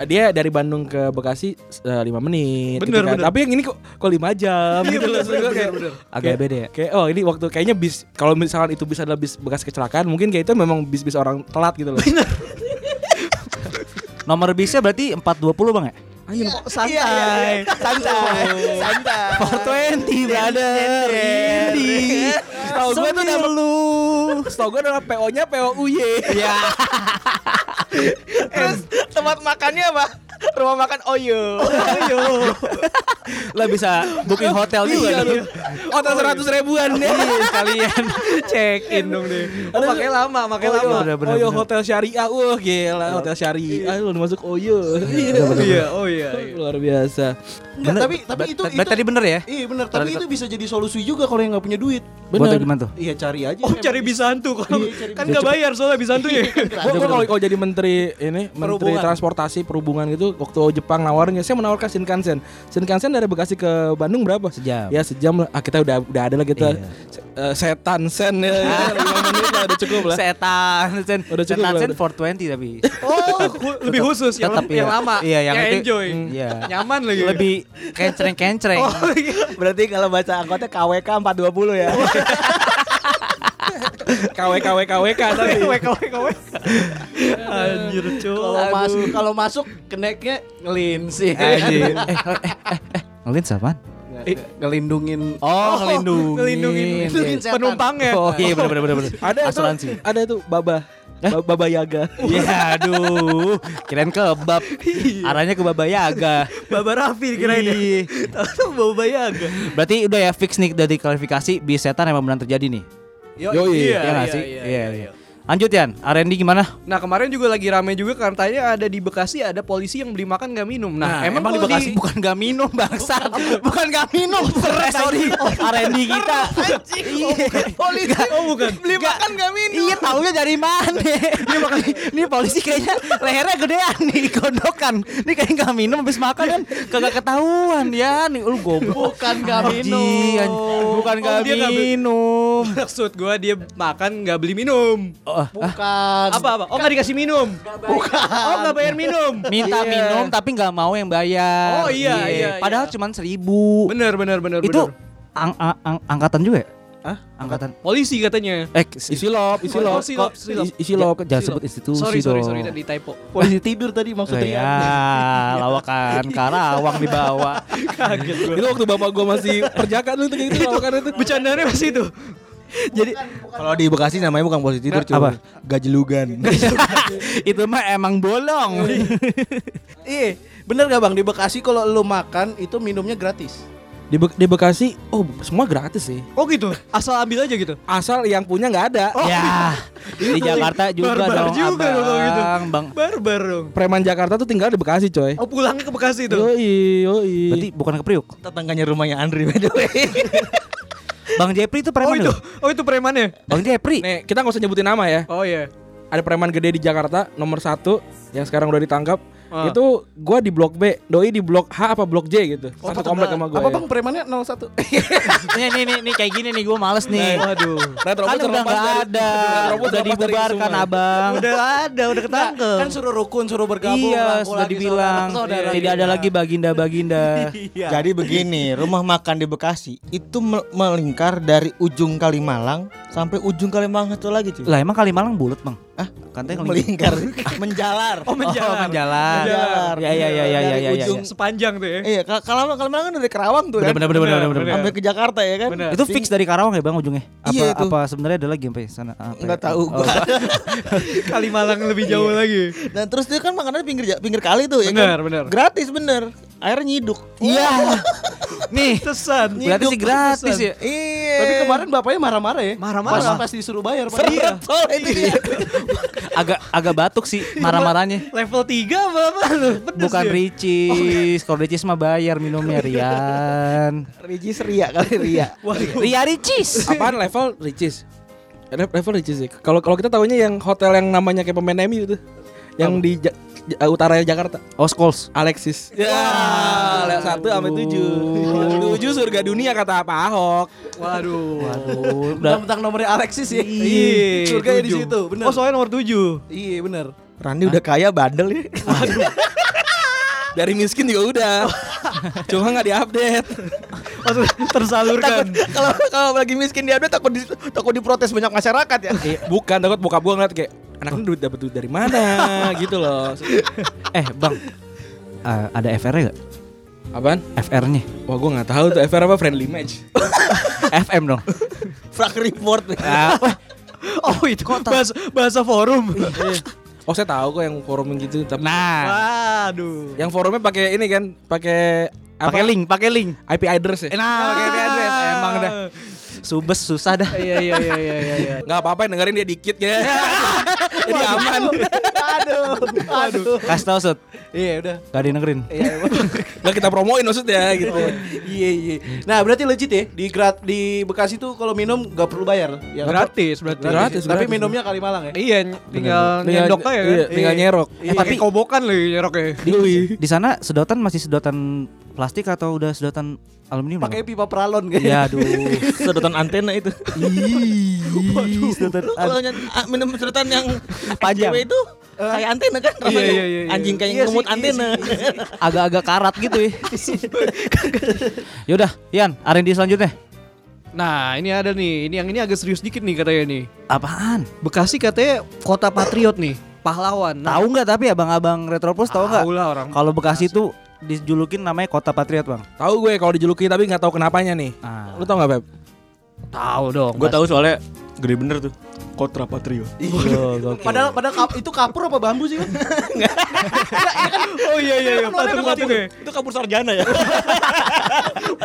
dia dari Bandung ke Bekasi eh, lima menit.
Bener,
kan.
bener.
Tapi yang ini kok kok lima jam gitu loh. Maksud gua kayak-
Agak
kayak-
beda ya.
Kayak oh ini waktu kayaknya bis kalau misalkan itu bis adalah bis bekas kecelakaan mungkin kayak itu memang bis-bis orang telat gitu loh.
Nomor bisnya berarti 420 bang ya?
Ayo santai, santai, santai.
420 brother. Indi.
Tahu gua tuh nama
lu.
Setau gue adalah PO-nya PO UY.
Ya.
Terus tempat makannya apa? Rumah makan Oyo.
Lah bisa booking hotel juga.
Iya
nih.
lu. Otak seratus ribuan deh.
Sekalian.
Check in dong deh. Oh, Iya, makanya lama, makanya
Oyo,
lama.
bener, bener, bener.
Oyo iya. Oh, Hotel Syariah, wah gila Hotel Syariah, lu masuk Oyo,
Oh iya, oh iya. iya.
luar biasa.
Enggak, tapi tapi
Ber-
itu
berarti tadi
itu
bener ya?
Iya bener, tapi itu bisa jadi solusi juga kalau yang nggak punya duit.
Buat gimana tuh?
Iya cari aja.
Oh,
emang.
cari bis hantu kalau
Iya, cari
kan
bis
nggak bayar soalnya bis hantu ya.
Gue kalau kalau jadi menteri ini menteri
Perhubungan.
transportasi perhubungan gitu, waktu Jepang nawarnya saya menawarkan Shinkansen. Shinkansen dari Bekasi ke Bandung berapa?
Sejam.
Ya sejam lah. Ah, kita udah udah ada lah kita.
Iya.
Se- eh, setan sen ya. Lima menit lah, udah cukup lah.
Setan, sen,
Udah cukup
setan
lah,
sen
udah.
420 tapi.
Oh, hu- lebih khusus yang,
tetap, iya.
yang lama.
Iya, yang itu-
enjoy.
Mm, iya.
Nyaman lagi.
Lebih kencreng-kencreng.
Berarti kalau baca angkotnya KWK 420 ya.
KW KW KW
Tapi wek wek wek. Anjir, cuy.
Kalau masuk kalau masuk keneknya ngelin sih.
Anjir. Eh, eh, eh, eh. Ngelin apaan?
eh,
Ngelindungin
Oh, ngelindungin.
Ngelindungin
Ngelindungin setan.
penumpangnya.
Oh iya bener bener bener.
Ada itu,
asuransi.
Ada itu baba. Ba- Baba Yaga.
Iya, aduh. Kirain kebab. Arahnya ke Baba Yaga.
Baba Raffi kirain ya. Tahu Baba Bayaga.
Berarti udah ya fix nih dari klarifikasi bis setan emang benar terjadi nih.
Yo,
iya, nggak sih? Iya, iya. Lanjut Yan, R&D gimana?
Nah kemarin juga lagi rame juga katanya ada di Bekasi ada polisi yang beli makan gak minum. Nah, emang,
di
kalau
Bekasi bukan gak minum bangsat. Bukan gak minum. Eh, sorry, R&D kita.
polisi oh bukan beli makan gak minum.
Iya, taunya dari mana? Ini makanya ini polisi kayaknya lehernya gedean nih gondokan. Ini kayaknya gak minum habis makan kan kagak ketahuan ya. Nih lu goblok.
Bukan gak
Anjing,
minum.
anjing. Bukan
Oh,
gak
dia nggak beli-
minum.
Maksud gua dia makan gak beli minum.
ah,
Oh,
Bukan.
Apa apa? Oh nggak dikasih minum. Bukan. Oh nggak bayar minum.
minta minum tapi nggak mau yang bayar.
Iya. Oh, iya, iya,
Padahal
iya.
cuman seribu.
Bener bener bener.
itu
bener.
ang- ang- ang- angkatan juga ya?
Hah?
Angkatan.
polisi katanya.
Eh,
Isi lop, isi
Oh,
lop.
silop, silop.
Isi lop.
Jangan sebut institusi
Sorry sorry
dong.
sorry tadi typo.
Polisi tidur tadi
Oh,
maksudnya.
ya, lawakan Karawang dibawa.
Kaget gua.
Itu waktu bapak gua masih perjaka dulu tuh kayak gitu lawakan itu.
Bercandanya masih itu.
Jadi kalau di Bekasi namanya bukan posisi
Apa?
tidur, cuma gajelugan.
itu mah emang bolong.
Iya. Bener gak bang di Bekasi kalau lu makan itu minumnya gratis.
Di, Be- di Bekasi, oh semua gratis sih.
Oh gitu. Asal ambil aja gitu.
Asal yang punya nggak ada.
Oh,
ya, di Jakarta juga
iya. Barbar
dong.
juga dong kalau gitu.
abang, Bang.
Barbar dong.
Preman Jakarta tuh tinggal di Bekasi, coy.
Oh pulangnya ke Bekasi
Gitu.
itu.
Yoi, yoi.
Berarti bukan ke Priuk.
Tetangganya rumahnya Andri by the way.
Bang Jepri itu
Oh
preman
itu.
loh.
Oh itu premannya.
Bang Jepri.
Nih, kita nggak usah nyebutin nama ya.
Oh iya.
Ada preman gede di Jakarta, nomor satu, yang sekarang udah ditangkap.
Ah.
Itu gua di blok B, doi di blok H apa blok J gitu.
Oh,
Satu
tetep-
komplek sama gua.
Apa
ya.
bang premannya 01?
nih, nih, nih, nih kayak gini nih gue males nih.
Waduh.
Kan
Retrobus
udah
terlepas
nggak
dari-
ada,
Retrobus
udah
terlepas dari
dibubarkan
semua.
abang.
Udah ada, udah ketangkep.
Kan suruh rukun, suruh bergabung.
Iya,
rangkul
sudah
lagi
dibilang Iya.
saudara-saudara.
tidak ada lagi baginda-baginda.
Iya.
Jadi begini, rumah makan di Bekasi itu mel- melingkar dari ujung Kalimalang sampai ujung Kalimalang satu lagi cuy.
lah emang Kalimalang bulat, Bang?
Hah?
Katanya ngelingkar.
melingkar, menjalar.
Oh
Oh,
menjalan.
menjalar.
Menjalar.
Ya
Iya,
ya ya ya ya
Dari
ya. ya.
ujung.
Sepanjang tuh ya.
Iya, Ka- Kalimalang Kalimalang kan dari Karawang tuh
Bener
kan.
bener bener bener bener.
bener.
Sampai ke Jakarta ya kan.
Bener.
Itu fix dari Karawang ya Bang ujungnya? Apa
Iya, itu.
apa sebenarnya ada lagi sampai sana? Apa ya?
Nggak tahu
Oh,
gua.
Kalimalang lebih jauh
Iya.
lagi.
Dan terus dia kan makanannya pinggir ja- pinggir kali tuh ya
Bener,
kan.
bener.
Gratis bener. Airnya nyiduk.
Iya. Nih,
Tesan.
berarti sih gratis ya.
Iya.
Tapi kemarin bapaknya marah-marah ya.
Marah-marah.
Pas, pas disuruh bayar. Pak. Iya.
seret soalnya itu dia.
Agak agak batuk sih marah-marahnya.
Level 3 apa apa lu? Pedes
Bukan
ya?
Ricis, kalau Ricis mah bayar minumnya Rian.
Ricis ria kali ria.
Ria Ricis.
Apaan level Ricis? Re- Level Ricis sih. Kalau kalau kita tahunya yang hotel yang namanya kayak pemain MU itu. Yang di Ja- Ja- utara Jakarta.
Oh, Scholes.
Alexis. Ya, level satu sama tujuh. Tujuh surga dunia kata Pak Ahok.
Waduh.
Waduh, udah
Tentang nomornya Alexis ya.
Iya.
Surganya di
Nah. tujuh.
situ, bener.
Oh soalnya nomor 7.
Iya bener.
Randi udah kaya bandel ya.
Dari miskin juga udah. Cuma nggak diupdate.
Maksudnya tersalurkan.
Kalau kalau lagi miskin dia ada takut di, takut diprotes banyak masyarakat ya.
Iya, Bukan takut bokap gua ngeliat kayak anak ini duit dapat duit dari mana gitu loh.
Eh bang eh, Ada FR nya gak?
Apaan?
FR nya
Wah gua nggak tahu tuh FR apa friendly match.
FM dong
Frak report.
Ah, weh,
Oh itu bahasa, bahasa forum.
Oh saya tahu kok yang forum gitu tapi
Nah
Waduh.
yang forumnya pakai ini kan pakai apa?
pakai link pakai link
IP address ya. Ah.
Nah pakai IP address Emang dah Subes susah dah
Iya iya iya iya iya.
Gak apa-apa dengerin dia dikit ya. Jadi aman.
aduh, aduh.
Kasih tau Sud
Iya udah.
Gak didengerin
Iya, emang.
Nggak kita promoin maksudnya gitu.
iya iya. Nah berarti legit ya di grat di Bekasi tuh kalau minum gak perlu bayar. Ya,
Iya, Gratis berarti.
Gratis,
Gratis,
Tapi
gratis.
minumnya kali Malang ya.
Iya, ny- tinggal
Tinggal-
nyendok aja kan.
iya, tinggal nyerok. Iya.
Eh, tapi kobokan loh nyeroknya.
di, di sana sedotan masih sedotan plastik atau udah sedotan aluminium?
Pakai pipa peralon
Iya,
kayaknya.
Ya aduh
Sedotan antena itu.
Ih, sedotan
Lu kalau nyet- ah, minum sedotan yang
Panjang.
SJW itu kayak antena kan
Iya,
namanya.
iya, iya, iya.
Anjing kayak
Iya sih,
ngemut
iya
antena.
agak-agak karat gitu ya Yaudah Ian R&D selanjutnya
Nah, ini ada nih. Ini yang ini agak serius dikit nih katanya nih.
Apaan?
Bekasi katanya kota patriot nih, pahlawan. Nah,
Tahu nggak tapi abang-abang Retropus tahu nggak?
Tahu lah orang.
Kalau Bekasi tuh dijulukin namanya kota patriot bang.
Tahu gue kalau dijuluki tapi nggak tahu kenapanya nih.
Ah.
Lu tau nggak Beb?
Tahu dong.
Gue tahu soalnya gede bener tuh. Kotra Patrio.
Padahal padahal kap- itu kapur apa bambu sih? Bang?
Oh iya iya iya. Patung patung ya.
Itu kapur sarjana ya.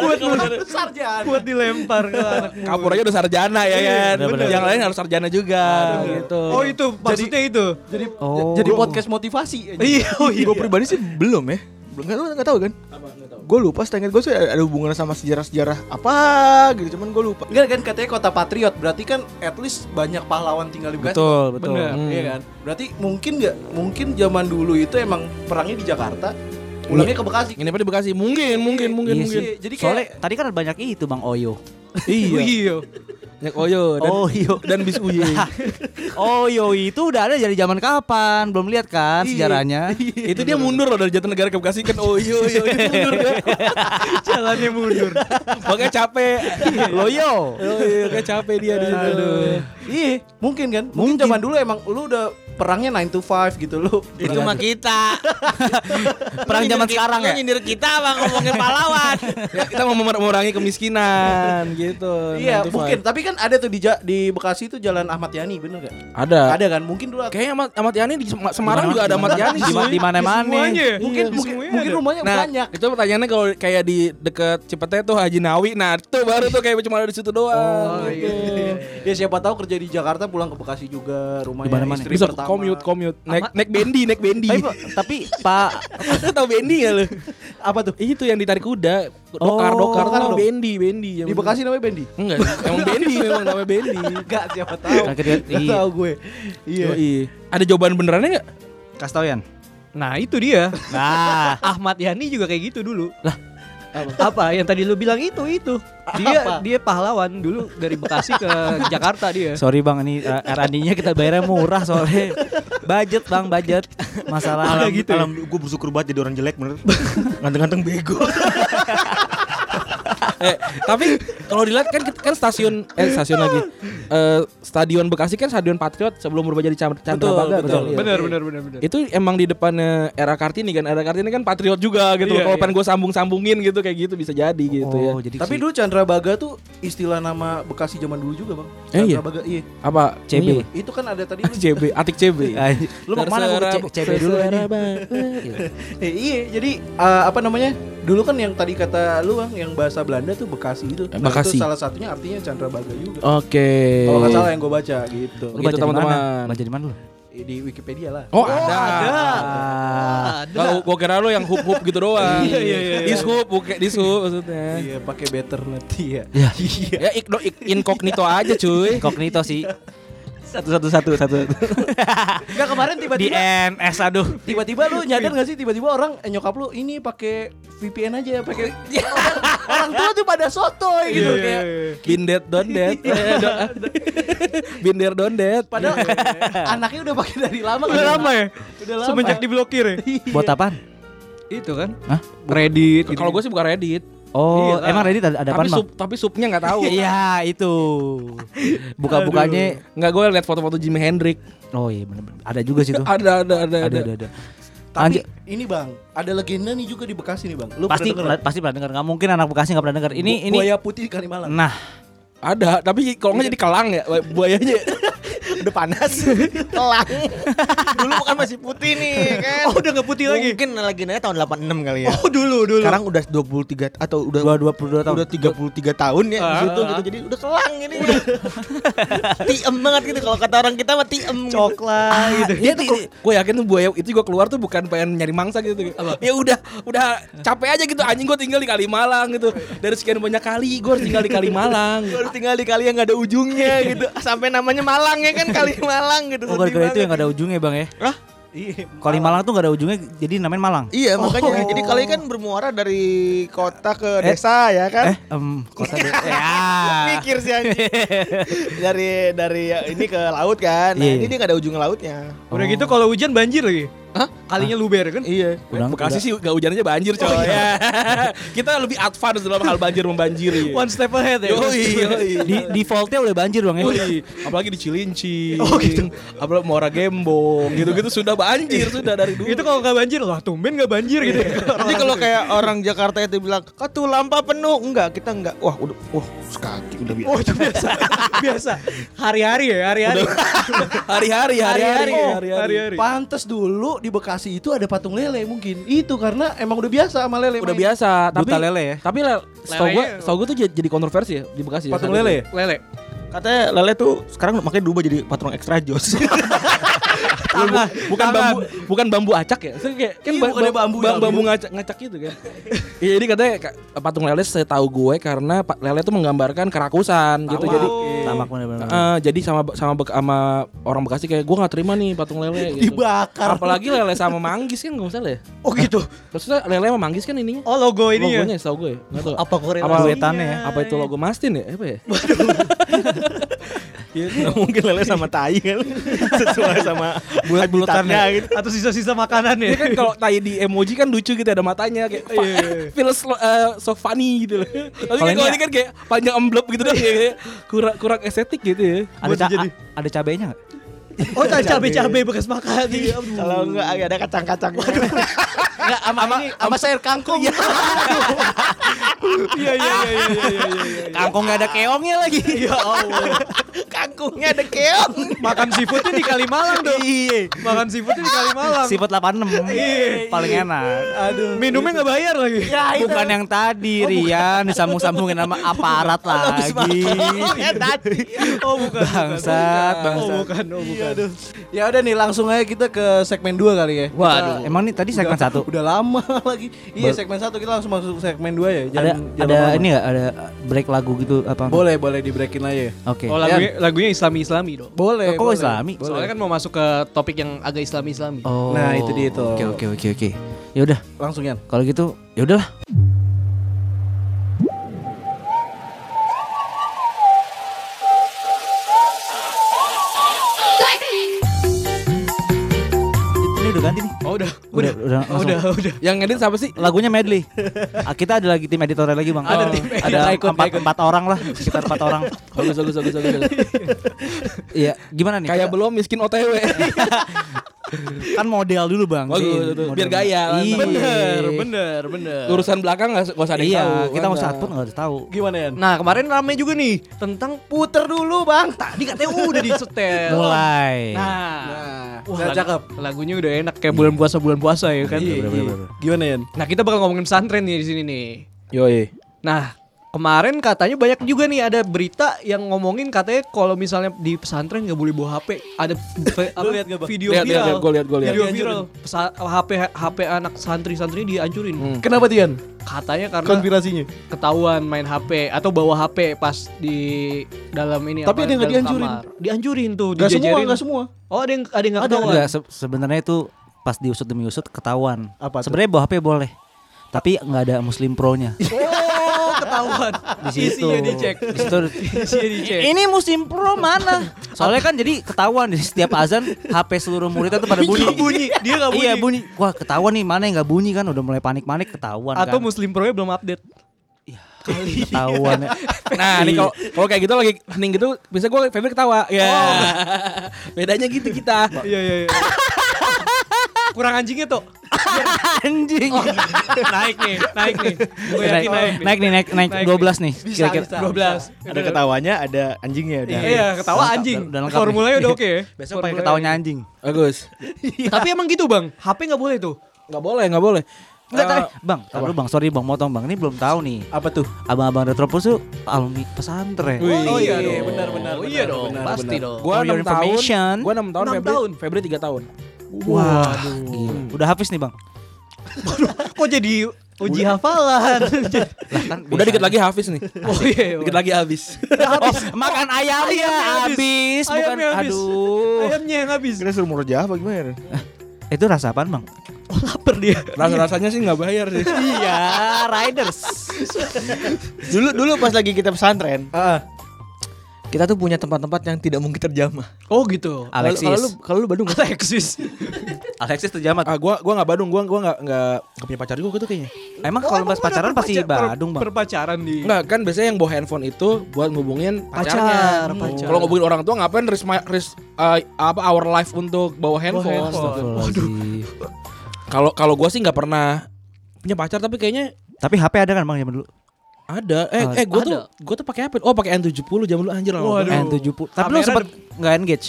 Buat sarjana.
Buat dilempar ke anak muda.
Kapur aja udah sarjana
Iya,
ya kan.
bener.
Yang lain harus sarjana juga gitu.
Oh itu maksudnya itu.
Jadi
Oh.
jadi podcast motivasi. aja.
Iya, oh iya.
Gue pribadi sih belum ya. Belum kan lu enggak tahu kan? Gue lupa setengah gue sih ada ada hubungan sama sejarah-sejarah apa gitu cuman gue lupa.
Enggak kan katanya kota patriot berarti kan at least banyak pahlawan tinggal di Bekasi.
Betul, betul.
Bener.
Hmm.
Iya kan? Berarti mungkin nggak mungkin zaman dulu itu emang perangnya di Jakarta, pulangnya ke Bekasi.
Ini apa di Bekasi? Mungkin, mungkin, mungkin,
Iya
mungkin.
sih.
Jadi kayak-
Soalnya tadi kan ada banyak itu bang Oyo.
Oh,
Iya.
Iya.
Banyak Oyo dan
Oyo.
dan bis uye.
Oyo itu udah ada dari zaman kapan? Belum lihat kan
Iya.
sejarahnya?
itu dia mundur loh dari Jatinegara ke Bekasi kan Oyo, Oyo itu mundur dia.
Jalannya mundur.
Makanya capek.
Loyo.
Oh iya, kayak capek dia di situ.
Iya, mungkin kan? Mungkin, zaman dulu emang lu udah perangnya 9 to 5 gitu lu.
Iya,
Itu mah kita.
Perang
Lu
zaman
nyindir-
sekarang
lu
ya.
Nyindir kita bang ngomongin pahlawan.
Ya, kita mau memor- mengurangi kemiskinan gitu.
Iya,
Nanti, Pak.
mungkin. Tapi kan ada tuh di Ja- di Bekasi itu Jalan Ahmad Yani, bener gak?
Ada.
Ada kan? Mungkin dulu
Kayaknya Ahmad, Ahmad Yani di Sem- Semarang juga ada Ahmad Yani
Di
sih.
ma- di mana-mana.
Semuanya.
mungkin
Iya,
mungkin,
semuanya
mungkin
ada.
rumahnya
Nah,
banyak.
itu pertanyaannya kalau kayak di deket Cipete tuh Haji Nawi. Nah, itu baru tuh kayak cuma ada di situ doang. gitu.
Oh, iya. ya siapa tahu kerja di Jakarta pulang ke Bekasi juga rumahnya
mana-mana.
istri
Bisa
pertama.
commute, commute. Naik naik bendi, naik bendi.
Tapi, tapi Pak
Lu tahu bendi gak lu?
Apa tuh?
Itu yang ditarik kuda,
Oh.
dokar, dokar,
Dokar
tuh
dong.
bendi, bendi. yang
Di
bener.
Bekasi namanya Bendi.
Enggak, emang bendi memang namanya bendi.
Enggak, siapa tahu.
Kaget dia,
Nggak
iya.
tahu gue. Iya.
Yoi. Ada jawaban benerannya enggak?
kasih tau Yan.
Nah, itu dia.
Nah,
Ahmad Yani juga kayak gitu dulu. Lah, apa yang tadi lu bilang itu itu dia dia pahlawan dulu dari Bekasi ke Jakarta dia
sorry bang ini uh, R&D-nya kita bayarnya murah soalnya. Budget bang, budget. Masalah.
Alam,
ya?
gitu alam gue bersyukur banget jadi orang jelek bener. Ganteng-ganteng bego.
eh, tapi kalau dilihat kan kan stasiun eh stasiun lagi. Eh, stadion Bekasi kan stadion Patriot sebelum berubah jadi Chandra
Betul,
Baga
betul.
kan? Iya.
benar benar benar benar
Itu emang di depannya era Kartini kan era Kartini kan Patriot juga gitu.
Iya,
kalau
iya.
pengen gue sambung-sambungin gitu kayak gitu bisa jadi gitu ya.
Oh, jadi
Tapi
si-
dulu Chandra Baga tuh istilah nama Bekasi zaman dulu juga, Bang.
Eh,
Chandra
iya.
Baga, iya.
Apa
CB.
Itu kan ada tadi lu.
CB, Atik CB.
Lu mau kemana gue ke C- CB dulu aja.
Eh, iya, jadi eh, apa namanya? Dulu kan yang tadi kata lu Bang, yang bahasa Belanda tuh Bekasi itu. Nah,
Eh, Bekasi. Oh, iya.
itu salah satunya artinya Chandra Baga juga.
Oke.
Kalau nggak
ya.
salah yang gue baca gitu.
Lu
Gitu,
baca di mana?
teman-teman.
Baca di mana lu?
Eh, Di Wikipedia lah.
Oh, iya. ada.
Ah,
Kalau gua kira lu yang hub-hub gitu doang.
Iya, iya, iya.
This hub, bukan this hub maksudnya.
Iya, pakai better nanti ya.
Ya igno, ik- incognito aja cuy.
incognito sih.
Satu satu satu satu.
Enggak kemarin
Di
tiba-tiba
NS aduh.
tiba-tiba lu
Iya.
nyadar gak sih tiba-tiba orang eh, nyokap lu ini pakai VPN aja ya pakai
Iya.
orang tua tuh pada sotoy
iya,
gitu kayak
Been dead, don't dead. Eh, don't- Been there, don't dead.
Padahal anaknya udah pakai dari lama
udah
kan?
lama ya
Udah lama.
semenjak diblokir ya
Buat apaan?
itu kan
Hah?
Reddit gitu.
Kalau gue sih bukan Reddit.
Oh,
Iya,
emang
lah.
Reddit ada ada apaan,
eh, ah. tapi
Bang?
sup, tapi supnya nggak tahu.
Iya, itu. Buka-bukanya
Nggak gue liat foto-foto Jimi Hendrix.
Oh iya bener-bener Ada juga sih tuh
Ada, ada, ada,
Ada
ada.
ada ada
Tapi
Lanjut.
ini Bang, ada legenda nih juga di Bekasi nih Bang. Lu
Pasti
pernah denger?
pasti pernah dengar Gak mungkin anak Bekasi gak pernah dengar Ini Hmm.
Bu-
ini
buaya putih di Kalimalang.
Nah
Iya. Ada, tapi kalau nggak jadi kelang ya buayanya.
udah panas telang dulu bukan masih putih nih kan
Oh udah nggak putih lagi.
mungkin lagi nanya tahun 86 kali ya
Oh dulu dulu.
sekarang udah 23 t- atau udah
Dua dua puluh dua tahun.
udah 33 tahun ya di
Ah,
situ
ah,
gitu
ah.
jadi udah kelang ini tiem banget gitu kalau kata orang kita mah tiem gitu.
Ah,
coklat gitu.
Dia tuh, gue yakin tuh buaya itu juga keluar tuh bukan pengen nyari mangsa gitu. Ya udah, udah capek aja gitu. Anjing gue tinggal di Kalimalang gitu. Dari sekian banyak kali, gue harus tinggal di Kalimalang.
Gua harus tinggal di kali yang gak ada ujungnya gitu sampai namanya Malang ya kan kali Malang gitu
Oh
Sedih
gara-gara itu
banget.
yang gak ada ujungnya bang ya
Hah?
Kali Malang tuh gak ada ujungnya jadi namain Malang
Iya makanya jadi kali kan bermuara dari kota ke desa ya
Eh
kan.
em, kota de- ya.
Mikir sih anjing. dari dari ya, ini ke laut kan. Nah,
Iya.
ini dia gak ada ujung lautnya.
Udah gitu kalau hujan banjir lagi. Hah? Kalinya luber kan?
Iya.
Udah-
Bekasi sih gak hujannya banjir coy. Ya. Kita lebih advance dalam hal banjir membanjiri.
One step ahead ya.
Yoi, yoi.
Di defaultnya udah banjir bang ya.
Yoi. Apalagi di Cilinci. Oh gitu. Apalagi Muara Gembong gitu-gitu sudah banjir sudah dari dulu.
Itu kalau nggak banjir lah tumben nggak banjir gitu.
Jadi kalau kayak orang Jakarta itu bilang, "Kak tuh lampa penuh." Enggak, kita enggak. Wah, udah wah, sekaki udah biasa.
Oh itu biasa biasa hari-hari ya hari-hari.
hari-hari iya, hari-hari
Oh,
hari-hari.
Pantes dulu di Bekasi itu ada patung lele mungkin. Itu karena emang udah biasa sama lele.
Udah
main.
biasa, tapi
Duta lele ya.
Tapi le, setahu gua,
Lelenya-
setahu gua tuh jadi jadi kontroversi ya di Bekasi. ya,
Patung
saat itu.
lele ya?
Lele.
Katanya lele tuh sekarang
Eh,
makanya diubah jadi patung ekstra jos.
Bukan bu- bukan bambu bukan bambu acak ya. Saya kayak kan
Iya,
ba-
bukannya
ba-
bambu,
bam-
bambu.
bambu ngacak ngacak gitu kan. Iya, jadi katanya ka- patung lele saya tahu gue karena pa- lele tuh menggambarkan kerakusan gitu. Jadi
Tamak bener-bener.
Eh, jadi sama sama Bek- sama orang Bekasi kayak gua nggak terima nih patung lele gitu.
Dibakar.
Apalagi lele sama manggis kan nggak salah ya.
Oh gitu.
Maksudnya lele sama manggis kan ininya.
Oh logo ini ya.
Logonya ya. gue. Nggak tahu.
Apa korelasi?
Apa
duetannya ya?
Apa itu logo Mastin ya? Apa ya?
Iya,
mungkin lele sama tai kan. Sesuai sama
Bulat-bulatannya.
habitatnya gitu.
Atau sisa-sisa makanan ya.
Dia Ya, kan kalau tai di emoji kan lucu gitu ada matanya kayak fa- feels lo- eh, so funny gitu loh. Tapi
Kalau
kan
ini
kalau
ya-
ini kan kayak panjang amplop gitu dong kayak kayak kurang kurang estetik gitu ya.
Ada
buat
ca-
jadi-
a- ada cabenya nggak?
Oh cabe-cabe bekas makan. Iya, aduh.
Kalau enggak ada kacang-kacang.
Enggak sama ini, sama sayur kangkung.
Iya,
Iya iya iya iya iya, iya, iya.
Kangkong nggak ada keongnya lagi. Ya Allah.
Kangkungnya ada keong.
Makan seafoodnya di Kalimalang dong.
Iya.
Makan seafoodnya di Kalimalang.
Sifat iya, 86 paling enak.
Aduh. Minumnya nggak bayar lagi.
Ya, Oh, Bukan yang tadi Rian disambung-sambungin sama aparat lagi.
Oh bukan.
Bangsat,
Oh
bangsat.
bukan, oh bukan.
ya udah nih langsung aja kita ke segmen 2 kali ya. Kita-
Waduh, emang nih tadi segmen
Udah-
satu.
Udah lama lagi. Iya,
Ba-
segmen satu kita langsung masuk segmen 2 ya.
Ada
Jangan- jangan
ada
lama-lama.
ini nggak ada break lagu gitu apa?
Boleh, boleh di-breakin aja ya.
Oke.
Oh lagunya lagunya Islami Islami dong.
Boleh.
Kok
boleh.
Islami?
Soalnya kan mau masuk ke topik yang agak Islami Islami.
Oh.
Nah, itu dia tuh.
Oke oke oke oke. Ya udah,
Langsung Yan.
kalau gitu ya udahlah. Ini udah ganti nih.
Oh udah,
Udah,
udah,
udah, langsung.
udah, udah.
Yang ngedit siapa sih?
Lagunya medley. Ah, kita ada lagi tim editorial lagi bang. Oh.
Ada tim editorial.
Ada
Ikut,
empat,
ikut.
empat orang lah, sekitar empat orang.
Bagus bagus bagus bagus. bagus.
Iya, gimana nih?
kayak
Kita-
belum miskin OTW.
kan model dulu bang.
Bagus,
Din.
betul.
Model.
Iya, Biar gaya,
Iya.
langsung.
Bener, bener, bener.
Urusan belakang nggak nggak usah ada yang
Iya,
tahu. kan?
kita mau
Mana?
saat pun nggak harus tahu.
Gimana Yan?
Nah kemarin rame juga nih tentang puter dulu bang. Tadi katanya udah disetel.
Mulai.
Nah,
Wah,
lag-
cakep.
Lagunya udah enak kayak bulan puasa bulan puasa ya kan.
Iya. Gimana Yan?
Nah kita bakal ngomongin pesantren nih di sini nih.
Yoi.
Nah kemarin katanya banyak juga nih ada berita yang ngomongin katanya kalau misalnya di pesantren nggak boleh bawa HP. Ada fe- apa,
liat nggak, Bang?
video
Liat, liat,
viral.
liat, gua liat, gua liat.
Video viral. Pesa- HP HP anak santri-santri dihancurin.
Hmm.
Kenapa Tian?
Katanya karena
Kan
Konspirasinya.
ketahuan main HP atau bawa HP pas di dalam ini
Tapi ada yang nggak
dalam
dihancurin.
kamar. Dihancurin tuh,
Gak semua,
dijajarin.
gak semua.
Oh, ada yang ada yang nggak
Ada
ketahuan.
enggak se- sebenarnya itu pas diusut demi usut ketahuan.
Apa tuh?
Sebenarnya bawa HP boleh. Tapi nggak ada muslim pro-nya.
Oh, ketahuan.
Di situ.
Isinya dicek.
Di situ. Eh,
Isinya dicek.
Ini musim pro mana? Soalnya kan jadi ketahuan di setiap azan HP seluruh murid itu pada bunyi.
Nggak bunyi, dia nggak bunyi.
Iya bunyi. Wah ketahuan nih mana yang nggak bunyi kan? Udah mulai panik-panik ketahuan
Atau
kan.
Muslim Pro-nya belum update.
ketahuan.
Nah, nih kalau kalau kayak gitu lagi hening gitu, bisa gue Febri ketawa. Ya. Bedanya gitu Oh. kita.
Iya, iya, iya. kurang anjingnya tuh.
Anjing.
Oh, naik nih, naik nih. Gue yakin naik. nih.
naik nih naik naik
Naik
12 nih. Kira-kira
12.
Ada ketawanya, ada anjingnya udah.
Iya, ketawa anjing.
udah lengkap nih.
Formulanya udah oke ya.
besok pakai ketawanya anjing.
Eh,
Bagus.
Tapi emang gitu, Bang. HP nggak boleh tuh.
Nggak boleh, nggak boleh.
Enggak
Eh,
tahu. Bang, tar dulu Bang, sorry Bang motong Bang. Ini belum tahu nih.
Apa tuh?
Abang-abang Retropus tuh alumni pesantren.
Oh iya
Iya,
dong.
benar, benar,
Oh iya
benar,
dong.
benar,
Pasti
benar.
dong.
Gua
For your
6 tahun.
information.
Gua 6 tahun,
Enam
Febri,
tahun.
Febri 3 tahun.
Wah, gila. udah habis nih Bang.
Kok jadi uji
Lah
hafalan?
kan
Udah
biasa
dikit lagi Hafiz nih.
oh iya.
Dikit lagi habis.
Oh, makan ayamnya habis, bukan
Ayamnya habis.
aduh. Eh,
Ayamnya yang habis.
Kira suruh murah apa gimana?
Itu rasa apaan, Bang?
Laper dia.
Rasa-rasanya sih nggak bayar sih.
Iya, Riders.
Dulu dulu pas lagi kita pesantren,
Heeh.
kita tuh punya tempat-tempat yang tidak mungkin terjamah.
Oh
Kalau-
gitu.
Kalau lu
Alexis.
kalau lu Bandung nggak?
Alexis.
Alexis terjamat.
Ah, gua gua nggak Badung, gua gua nggak nggak nggak punya pacar juga gitu kayaknya.
Emang kalau bahas pacaran pasti Badung, Bang.
Perpacaran di.
Enggak, kan biasanya yang bawa handphone itu buat ngubungin
Pacar,
pacarnya.
pacar.
Kalau ngubungin orang tua ngapain risk, my- risk eh, apa our life untuk bawa handphone.
handphone.
Waduh.
Kalau kalau gua sih nggak pernah punya pacar tapi kayaknya
Tapi HP ada kan, Bang, zaman dulu?
ada. Eh eh gua tuh gua tuh pakai apa? Oh, pakai N70 zaman dulu anjir lama
Waduh.
banget.
N70. Tapi lu
Kamera
sempet nggak engage?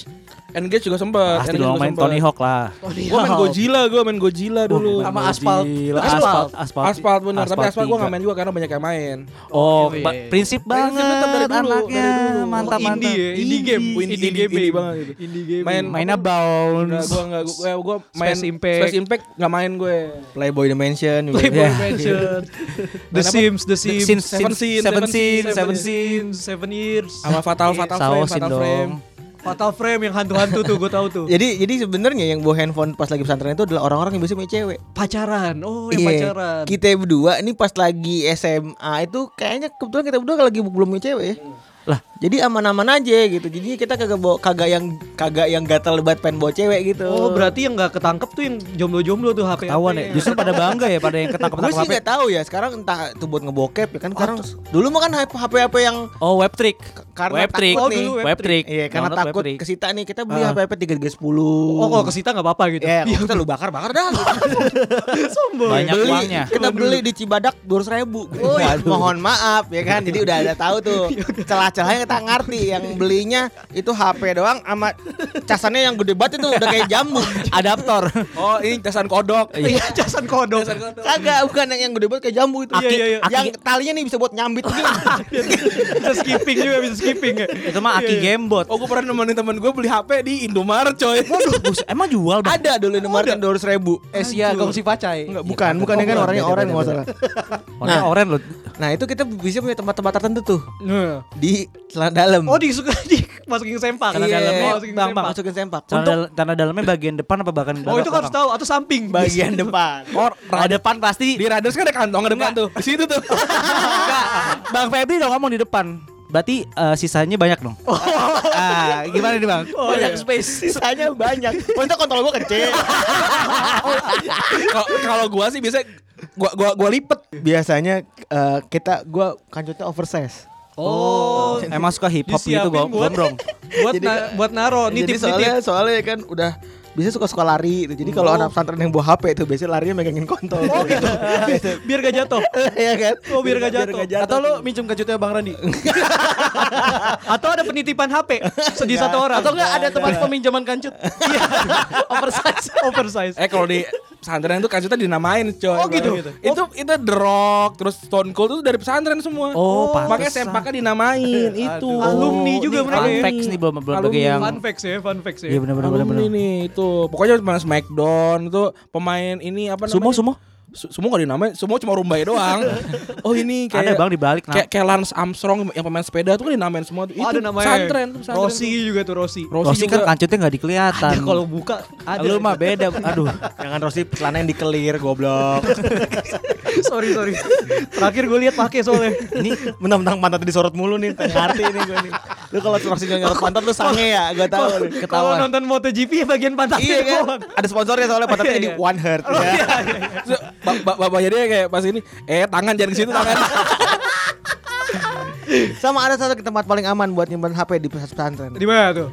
Engage juga sempet
Pasti
Engage
dong
juga
main
sempet.
Tony Hawk lah.
Gua main Godzilla, gua main Godzilla dulu.
Sama aspal.
Gila, aspal, aspal,
Aspal benar, tapi aspal gua
tiga.
nggak main juga karena banyak yang main.
Oh,
Oke.
ba- prinsip banget
Prinsipnya tetap dari dulu,
anaknya,
dari dulu.
mantap mantap.
Indie ya, indie game,
Indie,
indie
indie,
game
indie
banget
banget
gitu.
gitu.
Indie game.
Main
Mainnya
Enggak,
bounce.
gua enggak gua, eh, gua main
Space Impact.
Space Impact enggak main gue.
Playboy Dimension. juga.
Playboy
Ya.
Mansion. The Sims, The Sims,
Sin-
Seven Sin,
Seven Sin, Seven
Seven
Sin.
Sins, Seven Years.
Sama Fatal Fatal Frame,
Sausin
Fatal
dong.
Frame.
Fatal Frame yang hantu-hantu tuh gue tahu tuh.
Jadi jadi sebenarnya yang bawa handphone pas lagi pesantren itu adalah orang-orang yang biasanya punya cewek.
Pacaran. Oh, yang
Iya.
pacaran.
Kita berdua ini pas lagi SMA itu kayaknya kebetulan kita berdua lagi belum punya cewek ya.
Iya.
Lah.
Jadi aman-aman aja gitu. Jadi kita kagak bawa kagak yang kagak yang gatal lebat pengen bawa cewek gitu.
Oh, berarti yang nggak ketangkep tuh yang jomblo-jomblo tuh HP.
Ketahuan ya. Justru pada bangga ya pada yang ketangkep
Gue sih
ketangkep HP.
nggak tahu ya sekarang entah itu buat ngebokep ya kan sekarang dulu mah kan HP HP yang
Oh, web trick.
karena
Web trick.
takut
Oh,
nih.
dulu web
Web trick.
Iya karena
Download web
takut
trick.
kesita nih kita beli HP HP tiga tiga sepuluh.
Ah. Oh, kalau ke Sita nggak apa-apa gitu. Iya,
Ya, kalau kita lu bakar bakar dah.
sombong.
Banyak
beli,
uangnya.
kita beli di Cibadak dua ribu. mohon maaf ya kan. Jadi udah ada tahu tuh celah-celahnya kita ngerti. Yang belinya itu HP doang sama casannya yang gede banget itu udah kayak jambu.
Adaptor.
Oh, ini tesan kodok.
Iya, jasan kodok.
Kagak bukan yang, yang gede banget kayak jambu itu.
Iya, iya, iya.
Yang talinya nih bisa buat nyambit gitu.
bisa skipping juga, bisa skipping ya.
Itu mah aki gamebot.
Oh, gue pernah nemenin temen gue beli HP di Indomaret, coy.
Waduh, bus- emang jual Bang?
ada dulu nomor dua ratus ribu. Eh
Asia Gong si Pacai.
Enggak, bukan, bukan ya kan
Oh,
orangnya
beda,
orang
beda,
nggak
beda.
salah.
Warna
Nah.
oren loh.
Nah itu kita bisa punya tempat-tempat tertentu tuh
Nah.
di celana dalam.
Oh, disuka di masukin sempak.
Celana dalamnya,
Oh, masukin
Eh, bang,
sempak.
bang, masukin sempak.
Tanah,
Untuk
dal- tanah dalamnya bagian depan apa bahkan
Oh, itu kan harus tahu atau samping.
bagian depan.
Or, depan pasti
Di Riders kan ada kantong depan tuh. Di situ tuh.
Enggak. Bang Febri udah ngomong di depan. Berarti eh, sisanya banyak dong.
Oh.
Ah, gimana nih Bang?
banyak space, sisanya banyak. Maksudnya kontol gua kecil.
Kalau- Kalau gue sih biasa gua gua gua lipet.
Biasanya eh, kita gua kancutnya oversize.
Oh,
Emang suka hip hop gitu
disiapin
gom-
buat-
gombrong.
buat
Jadi
na
ka-
buat naro
Jadi
nitip
soalnya
nitip.
soalnya kan udah bisa suka-suka lari itu. Jadi
Oh.
kalau anak pesantren yang bawa HP itu biasanya larinya megangin kontol. Oh gitu.
Biar gak jatuh.
Iya kan?
Oh, biar gak jatuh.
Atau lu minjem kejutnya Bang Randi.
Atau ada penitipan HP sedih satu orang.
Atau enggak ada tempat peminjaman kancut.
oversize, oversize.
Eh kalau di pesantren itu kasetnya dinamain, coy.
Oh, gitu?
Itu itu The Rock, terus Stone Cold itu dari pesantren semua.
Oh,
Makanya
pantesan.
sempaknya dinamain itu.
Alumni juga mereka
Fun
ya.
facts nih belum belum bagi
Alumni.
yang
Fun facts ya, fun facts
Iya
ya.
benar benar benar.
Alumni
benar.
nih itu. Pokoknya pemain Smackdown itu pemain ini apa namanya?
Sumo sumo.
Su- Sumo gak dinamain, Sumo cuma rumbai doang. oh ini
Ada
kayak
Bang di balik nah.
kayak, kayak Lance Armstrong yang pemain sepeda tuh kan dinamain semua tuh.
Oh, ada namanya.
pesantren tuh pesantren.
Rossi juga tuh Rossi.
tuh. Rossi,
Rossi
juga.
kan kancutnya nggak dikelihatan.
Ada kalau buka ada.
Lu mah beda. Aduh.
Jangan Rosi celana yang dikelir goblok.
sorry sorry. Terakhir gue lihat pakai soalnya.
Ini mentang-mentang pantat disorot mulu nih, ngerti nih gue nih. Lu kalau Rosi nyorot pantat lu sange ya, gua tahu. nih.
Kalau nonton MotoGP ya bagian pantat
Iya kan? Ada sponsornya soalnya pantatnya
Iya,
di
iya.
One Heart ya.
Terus ba- ba- Bapaknya dia kayak pas ini, eh tangan jangan ke situ tangan.
Sama ada satu tempat paling aman buat nyimpan HP di pusat pesantren.
Di mana tuh?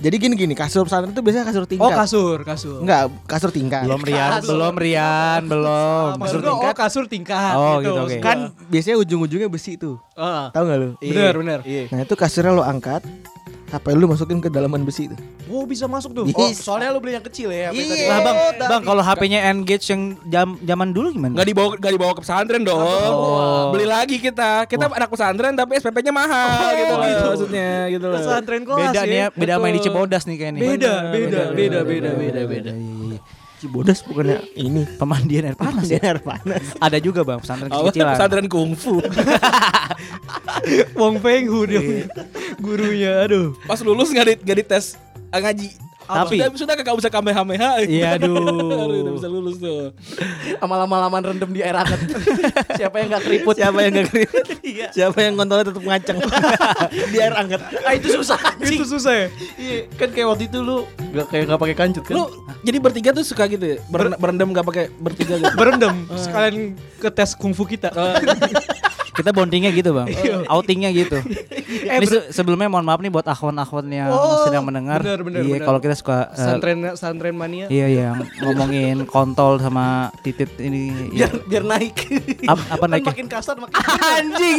Jadi gini-gini kasur pesantren itu biasanya kasur tingkat.
Oh kasur, kasur.
Enggak, kasur tingkat.
Belum Rian, belum Rian, belum.
Kasur tingkat. Oh kasur tingkat.
Oh, gitu, oke. Iya.
Kan,
Kan biasanya ujung-ujungnya besi tuh.
ah,
Tahu nggak lu?
bener bener.
Nah, itu kasurnya lo angkat, HP lu masukin ke dalaman besi tuh.
Wow bisa masuk tuh.
Bisa.
Oh, soalnya lu beli yang kecil ya. apa yang tadi?
Iya. Lah bang, bang kalau HP-nya Engage yang jam zaman dulu gimana?
Gak dibawa gak dibawa ke pesantren dong.
Oh.
Beli lagi kita. Kita anak pesantren tapi SPP-nya mahal
Oh,
gitu loh maksudnya gitu loh.
Pesantren kelas
Beda nih ya, beda main di
Betul.
Cibodas nih kayaknya.
Beda, beda, beda, beda, beda,
Iya,
beda.
Cibodas bukannya ini
Pemandian air panas ya.
air panas.
Ada juga bang pesantren
Awalnya
kecilan.
pesantren kungfu.
Wong Feng Hu dia punya gurunya. Aduh.
Pas lulus nggak di, nggak dites eh, ngaji.
Tapi-
sudah, sudah kagak bisa kamehameha.
Iya
Baru udah
aduh.
bisa lulus tuh.
Sama lama-laman rendem di air hangat. Siapa yang gak keriput?
Siapa yang nggak keren? Siapa yang kontolnya tetap ngaceng? Di air hangat.
Ah itu susah.
Itu susah ya.
Iya, kan kayak waktu itu lu gak kayak gak pakai kancut kan?
Lu jadi bertiga tuh suka gitu ya? Beren- berendam gak pakai bertiga gitu.
Berendam
Ah.
sekalian ke tes kungfu kita.
Kita bondingnya gitu bang. Outingnya gitu. Ini se- sebelumnya mohon maaf nih buat akhwan-akhwan yang
Oh,
sedang mendengar.
benar, benar,
Iya
benar.
kalau kita suka eh,
Santren santren mania.
Iya iya ngomongin kontol sama titit ini.
biar
Iya.
biar naik.
Ap- apa
Kan
naiknya?
Makin kasar makin.
Anjing.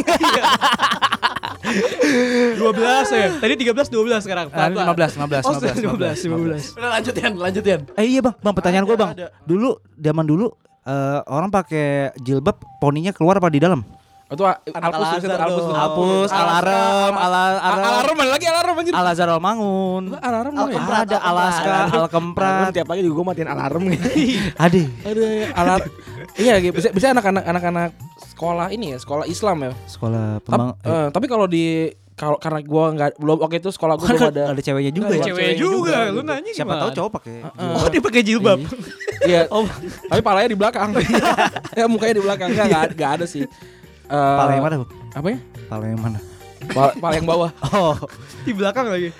12 ya. Tadi 13 12 sekarang.
Ah, 15
Oh,
15 15.
15 15.
Udah lanjut Yan, lanjut Yan.
Eh iya bang, bang pertanyaan
Ada,
gue bang.
ada.
Dulu zaman dulu eh, orang pakai jilbab, poninya keluar apa di dalam?
Itu ah, a- alpus
Al-Azhar
tuh, alpus.
dong.
tuh.
Hapus, alarm,
A-
alarm,
Oh. Alarm ada lagi alarm anjir.
al azhar al mangun.
Alarm
Ada
mana ya? Al-Kemprat,
Alaska, al
Alarm
kemprat.
tiap pagi juga gue matiin alarm.
Aduh.
Ada alarm. Iya, gitu. bisa bisa anak-anak anak-anak sekolah ini ya, sekolah Islam ya.
Sekolah
Tap-
pembang.
eh, tapi kalau di kalau karena gua nggak belum oke itu sekolah gua
Kan
belum
ada,
ada.
ada ceweknya juga
Ada
ya.
cewek juga. Lu nanya
Siapa
gimana?
tahu cowok pakai.
Oh, dia pakai jilbab.
Iya.
Oh.
Tapi palanya di belakang. ya mukanya di belakang. Enggak enggak, ada sih. Eh,
Pala yang mana? Bang?
Apa ya?
Pala yang mana?
Pala, pala yang bawah.
Oh,
Di belakang lagi.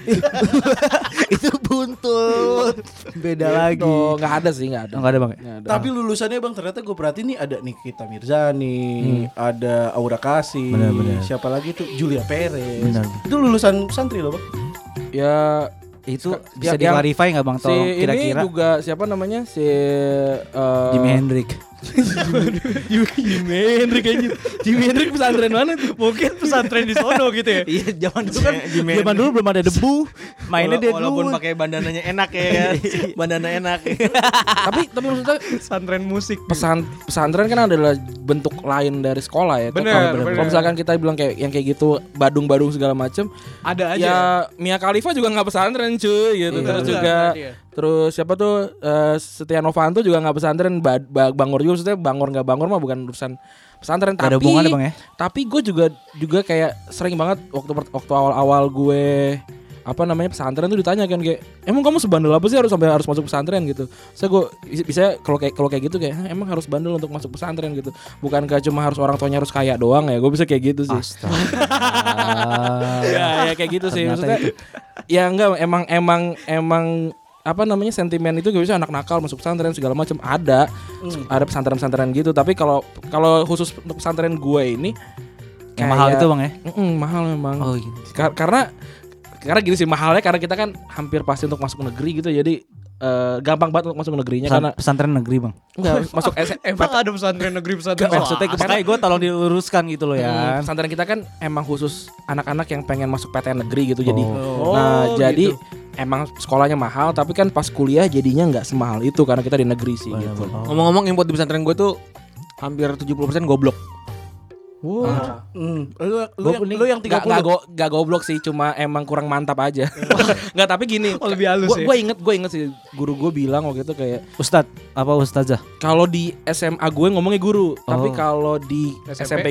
itu buntut.
beda lagi.
Tuh, Gitu. nggak ada sih, nggak ada.
Enggak ada bang. ya?
Nggak ada.
Tapi lulusannya Bang ternyata gue perhatiin nih ada Nikita Mirzani, ada Aura Kasih,
Benar, benar.
siapa lagi tuh Julia Perez.
Benar.
Itu lulusan santri loh, Bang.
ya
Itu
Ska-
bisa
yang-
diklarifikasi nggak bang?
si
Tolong
ini
kira-kira.
juga siapa namanya? Si eh,
Jimi Hendrix.
Jimi Hendrix aja. Jimi Hendrix pesantren mana tuh? Mungkin pesantren di sono gitu ya. gitu.
Iya, zaman dulu kan
ya,
zaman dulu belum ada debu. Mainnya dia dulu.
Walaupun pakai bandananya enak ya kan. Bandana enak.
tapi tapi maksudnya
Pesantren musik. gitu.
pesan pesantren kan adalah bentuk lain dari sekolah ya. Tuh,
Bener,
kalau-
bener.
Kalau misalkan kita bilang kayak yang kayak gitu badung-badung segala macem
Ada aja. Iya,
Ya Mia Khalifa juga nggak pesantren cuy gitu. Terus
Betul,
juga
betul dia.
terus siapa tuh eh, Setia Novanto juga nggak pesantren ba- ba- Bangor juga maksudnya Bangor nggak Bangor mah bukan urusan pesantren
Nggak ada
tapi
hubungannya, Bang, ya?
tapi gue juga juga kayak sering banget waktu per- waktu awal-awal gue apa namanya pesantren tuh ditanya kan kayak emang kamu sebandel apa sih harus sampai harus masuk pesantren gitu. Saya gue bisa kalau kayak kalau kayak gitu kayak "Hah, emang harus bandel untuk masuk pesantren gitu. Bukankah cuma harus orang tuanya harus kaya doang ya? Gue bisa kayak gitu
Ah,
sih
Astaga.
ya, ya kayak gitu sih
Iya, Ternyata
maksudnya. Ya enggak emang emang emang apa namanya sentimen itu gak bisa anak nakal masuk pesantren segala macam ada
Hmm.
ada pesantren-pesantren gitu tapi kalau kalau khusus untuk pesantren gue ini
Yang mahal itu bang ya?
mm-mm, mahal memang
Oh gitu.
Kar- karena karena gini sih mahalnya karena kita kan hampir pasti untuk masuk negeri gitu jadi eh, gampang banget untuk masuk negerinya
Pesan-
karena
pesantren negeri bang.
enggak masuk S-
Emang ada pesantren negeri pesantren
Maksudnya gue makanya gue tolong diluruskan gitu loh
Hmm,
ya.
pesantren kita kan emang khusus anak-anak yang pengen masuk PTN negeri gitu jadi
Oh.
nah
Oh,
jadi
gitu.
emang sekolahnya mahal tapi kan pas kuliah jadinya nggak semahal itu karena kita di negeri sih gitu
Oh. Ngomong-ngomong import di pesantren gue tuh hampir 70% goblok.
Hmm. Lu, lu, yang, lu yang
Nggak-
30.
nggak go- nggak goblok sih cuma emang kurang mantap aja nggak tapi gini
Oh, lebih halus ya.
gue inget gue inget sih guru gue bilang waktu itu kayak
Ustad apa ustazah?
kalau di SMA gue ngomongnya guru tapi
Oh.
kalau di
SMP?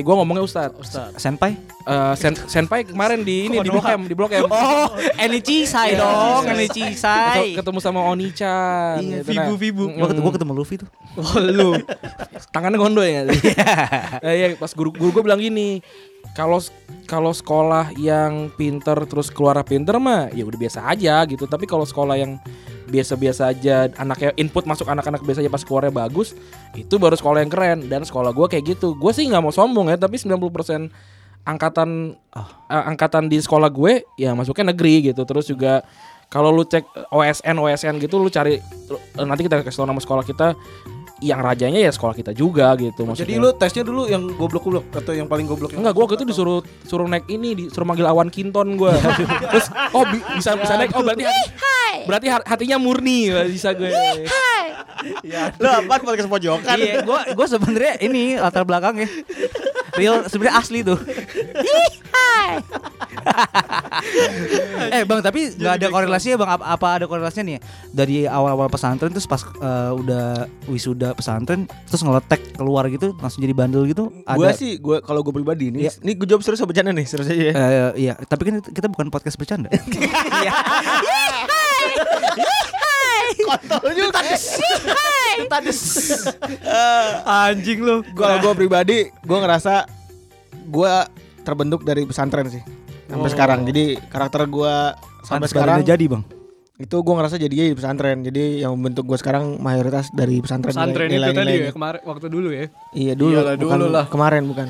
SMP, gue ngomongnya ustad
Ustaz.
Senpai?
Eh, sen- senpai kemarin di ini di blok M di blok M
Oh, Enichi Sai dong, Enichi
Ketu-
Sai.
ketemu sama Oni Chan
Iya,
gitu, nah.
Vibu-vibu.
Mm-mm.
Gue ketemu, gua ketemu Luffy tuh.
Oh, lu.
tangannya gondo ya nggak sih? Eh, iya, pas guru guru gue bilang gini kalau kalau sekolah yang pinter terus keluar pinter mah ya udah biasa aja gitu tapi kalau sekolah yang biasa-biasa aja anaknya input masuk anak-anak biasa aja pas keluarnya bagus itu baru sekolah yang keren dan sekolah gue kayak gitu gue sih nggak mau sombong ya tapi 90%
Oh.
angkatan eh, angkatan di sekolah gue ya masuknya negeri gitu terus juga kalau lu cek OSN OSN gitu lu cari lu- nanti kita kasih tau nama sekolah kita yang rajanya ya sekolah kita juga gitu
Jadi
maksudnya.
lu tesnya dulu yang goblok-goblok atau yang paling goblok? yang-
Enggak, gua gitu waktu itu disuruh suruh naik ini, disuruh manggil awan kinton gua. Terus oh bi- bisa bisa naik. Oh berarti hati- berarti hat- hatinya murni bisa gue.
Lo apaan podcast pojokan?
Iya, gua gua sebenarnya ini latar belakangnya real sebenarnya asli tuh. Ih, hai. eh bang tapi nggak ada korelasinya bang apa, apa ada korelasinya nih ya? dari awal-awal pesantren terus pas eh, udah wisuda pesantren terus ngeletek keluar gitu langsung jadi bandel gitu
Gue
ada
sih, gua kalau gue pribadi nih,
Iya.
nih gue jawab serius apa bercanda nih, serius aja ya.
Eh, iya, tapi kan kita bukan podcast bercanda.
Anjing lu.
Kalau gue pribadi, gue ngerasa gue terbentuk dari pesantren sih sampai sekarang. Jadi karakter gue sampai
Pantes
sekarang
badannya jadi bang.
itu gue ngerasa jadinya di pesantren. Jadi yang membentuk gue sekarang mayoritas dari pesantren.
Pesantren itu tadi ya
nilai-nilainya.
kemarin waktu dulu ya.
Iya dulu,
Iyalah,
bukan
dulu lah.
kemarin bukan.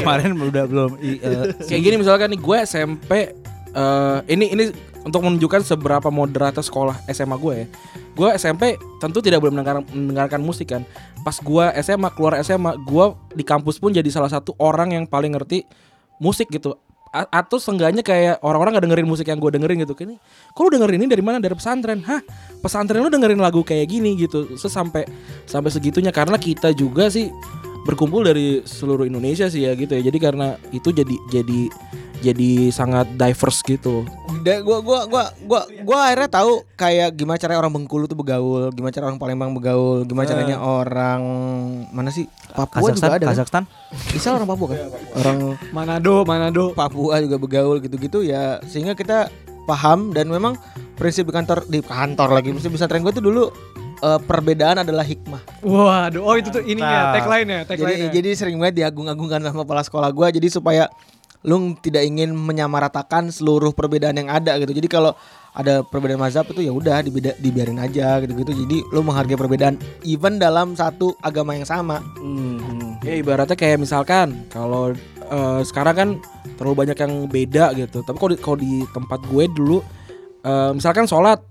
Kemarin udah belum. i- eh,
Kayak gini misalkan nih gue SMP eh, ini ini untuk menunjukkan seberapa moderat sekolah SMA gue ya. Gue SMP tentu tidak boleh mendengar- mendengarkan musik kan. Pas gue SMA keluar SMA, gue di kampus pun jadi salah satu orang yang paling ngerti musik gitu. A- atau seenggaknya kayak orang-orang gak dengerin musik yang gue dengerin gitu kini kok lu dengerin ini dari mana dari pesantren hah pesantren lu dengerin lagu kayak gini gitu Terus sampai sampai segitunya karena kita juga sih berkumpul dari seluruh Indonesia sih ya gitu ya jadi karena itu jadi jadi jadi sangat diverse gitu
Da, gua gua gua gua gua akhirnya tahu kayak gimana caranya orang Bengkulu tuh bergaul, gimana cara orang Palembang bergaul, gimana caranya orang mana sih Papua
Kazakhstan,
juga ada. kan?
Kazakhstan.
Bisa orang Papua kan? orang
Manado, Manado.
Papua juga bergaul gitu-gitu ya sehingga kita paham dan memang prinsip di kantor di kantor lagi prinsip bisa tren gue tuh dulu eh, perbedaan adalah hikmah.
Waduh, oh itu tuh ininya tagline-nya,
Jadi,
tagline-nya.
jadi sering banget diagung-agungkan sama kepala sekolah gua jadi supaya lu tidak ingin menyamaratakan seluruh perbedaan yang ada gitu. Jadi kalau ada perbedaan mazhab itu ya udah dibeda- dibiarin aja gitu-gitu. Jadi lu menghargai perbedaan even dalam satu agama yang sama.
ya ibaratnya kayak misalkan kalau eh, sekarang kan terlalu banyak yang beda gitu tapi kalau di, kalau di tempat gue dulu eh, misalkan sholat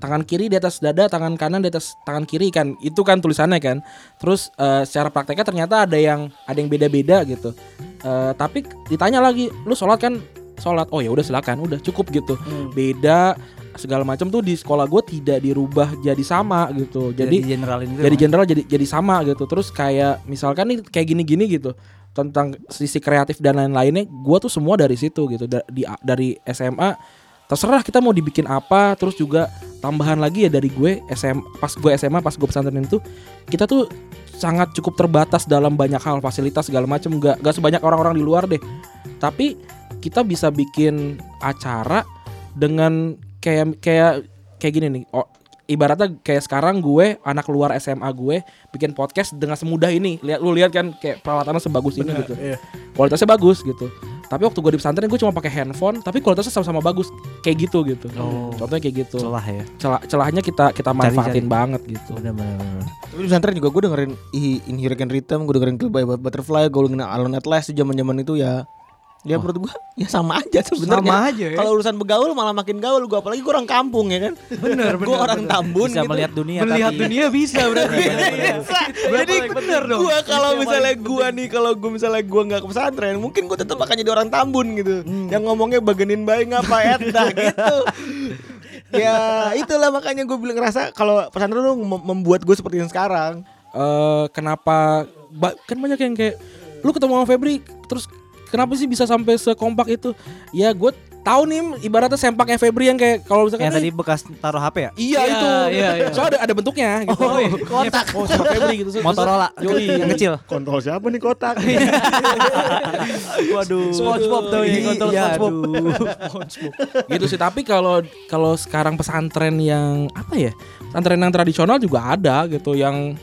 tangan kiri di atas dada tangan kanan di atas tangan kiri kan itu kan tulisannya kan terus eh, secara prakteknya ternyata ada yang ada yang beda-beda gitu Eh, tapi ditanya lagi lu sholat kan sholat oh ya udah silakan udah cukup gitu
Hmm.
beda segala macam tuh di sekolah gue tidak dirubah jadi sama gitu jadi
generalin gitu.
jadi
Bang.
general jadi jadi sama gitu terus kayak misalkan nih kayak gini-gini gitu tentang sisi kreatif dan lain-lainnya gua tuh semua dari situ gitu Da- di- dari SMA terserah kita mau dibikin apa terus juga tambahan lagi ya dari gue SM pas gue SMA pas gue pesantren itu kita tuh sangat cukup terbatas dalam banyak hal fasilitas segala macam nggak nggak sebanyak orang-orang di luar deh tapi kita bisa bikin acara dengan kayak kayak kayak gini nih Oh, ibaratnya kayak sekarang gue anak luar SMA gue bikin podcast dengan semudah ini lihat lu lihat kan kayak peralatannya sebagus ini gitu kualitasnya bagus gitu tapi waktu gue di pesantren gue cuma pakai handphone tapi kualitasnya sama-sama bagus kayak gitu gitu contohnya kayak gitu
celah ya.
Celah- celahnya kita kita manfaatin banget gitu
Benar-benar.
Tapi di pesantren juga gue dengerin I- In Hurricane Rhythm, gue dengerin Killed by Butterfly, gue dengerin Alone at Last zaman-zaman itu ya. Ya menurut gue ya sama aja sebenarnya.
Sama aja ya.
Kalau urusan begaul malah makin gaul gue apalagi gue orang kampung ya kan.
Bener,
gue
bener,
orang
bener.
Tambun
Bisa
gitu.
melihat dunia
Melihat
tapi
dunia bisa berarti. Jadi bener dong.
Gua kalau misalnya gua nih kalau gua misalnya gua nggak ke pesantren, mungkin gua tetap akan jadi orang Tambun gitu. Yang ngomongnya bagenin baik ngapa eta gitu. Ya itulah makanya gue bilang ngerasa kalau pesantren tuh mem- membuat gue seperti yang sekarang.
eh kenapa ba- kan banyak yang kayak lu ketemu sama Febri terus kenapa sih bisa sampai sekompak itu ya gue tahu nih ibaratnya sempaknya Febri yang kayak kalau misalkan
yang tadi
"Eh,
bekas taruh HP ya?
iya
Iya,
itu
iya, iya.
soalnya ada, ada bentuknya gitu oh, kotak oh sama Febri gitu Terus-
iya, Motorola yang kecil.
Kontrol siapa nih kotak?
Iya
Waduh. SpongeBob tuh ini kontrol SpongeBob.
gitu sih tapi kalau kalau sekarang pesantren yang apa ya pesantren yang tradisional juga ada gitu yang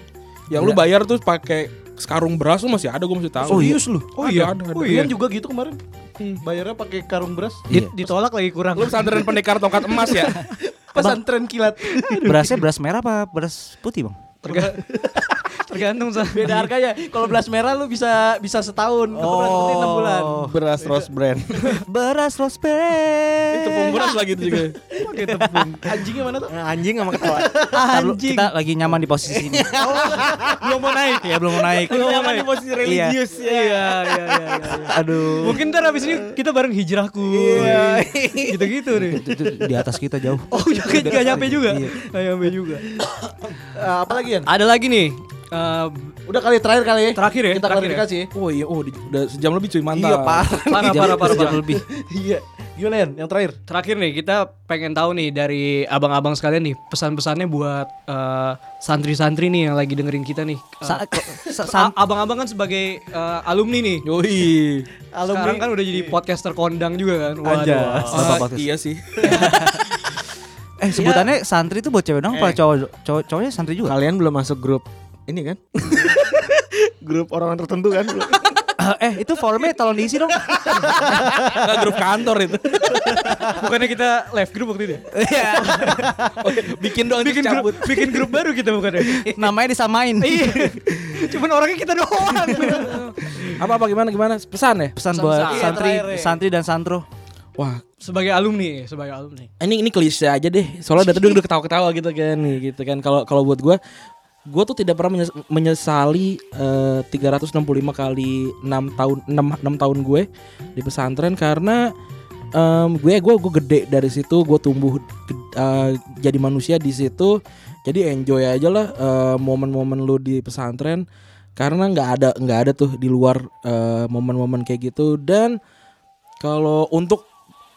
yang lu bayar tuh pakai sekarung beras tuh masih ada gue masih tahu
Serius lu?
oh iya ada, ada.
Oh iya.
Kan juga gitu kemarin.
Hmm.
Bayarnya pakai karung beras.
Di- Ditolak lagi kurang.
lu pesantren pendekar tongkat emas ya
Pesantren kilat.
Berasnya beras merah apa beras putih, Bang?
Tergantung sa.
Beda harganya. Kalau belas merah lu bisa bisa setahun, kalau belas putih enam bulan.
Beras Rose Brand.
Oh. Beras rospek.
Tepung beras lagi itu juga.
Pakai tepung.
Anjingnya mana tuh?
Anjing sama ketawa.
Anjing. Kita lagi nyaman di posisi ini. belum mau naik ya, belum mau naik.
Kalau nyaman di posisi religius ya.
Iya, iya, iya, iya.
Aduh. Iya.
Mungkin ntar abis ini kita bareng hijrahku. Gitu-gitu nih.
Itu- itu di atas kita jauh.
Oh, gak, gak nyampe juga. Gak nyampe juga.
Eh, apa lagi ya?
Ada lagi nih. eh,
Udah kali terakhir kali. ya.
Terakhir ya,
Kita
terakhir ya.
klarifikasi. ya.
Oh iya, oh di- udah sejam lebih cuy mantap.
Iya, parah.
parah,
Jam-
parah, parah,
sejam
parah.
lebih.
Iya. Gimana Yan? Yang terakhir.
Terakhir nih kita pengen tahu nih dari abang-abang sekalian nih pesan-pesannya buat eh, santri-santri nih yang lagi dengerin kita nih. Eh,
Sa- ko- sa-
a-
san-
abang-abang kan sebagai eh, alumni nih.
Yoi.
Sekarang kan udah jadi podcaster kondang juga kan. Waduh.
Bapak
Ah,
podcast.
iya sih.
eh sebutannya
Iya.
santri itu buat cewek dong,
Eh.
apa cowok cowok cowoknya santri juga.
Kalian belum masuk grup ini kan? grup orang tertentu kan?
eh itu formnya tolong diisi dong.
Nggak, grup kantor itu.
Bukannya kita live group waktu itu ya?
Bikin doang
bikin
bikin cabut.
grup, bikin grup baru kita bukannya.
Namanya disamain.
Iya. Cuman orangnya kita doang.
Apa apa gimana gimana pesan ya?
Pesan buat
Pesan-pesan.
santri,
Iya, terakhir.
santri dan santro.
Wah,
sebagai alumni, sebagai alumni.
ini ini klise aja deh. Soalnya dari tadi udah ketawa-ketawa gitu kan nih, gitu kan. Kalau kalau buat gua gue tuh tidak pernah menyes- menyesali eh, 365 kali 6 tahun 6, 6 tahun gue di pesantren karena em, gue gue gue gede dari situ gue tumbuh ge- eh, jadi manusia di situ jadi enjoy aja lah eh, momen-momen lu di pesantren karena nggak ada nggak ada tuh di luar eh, momen-momen kayak gitu dan kalau untuk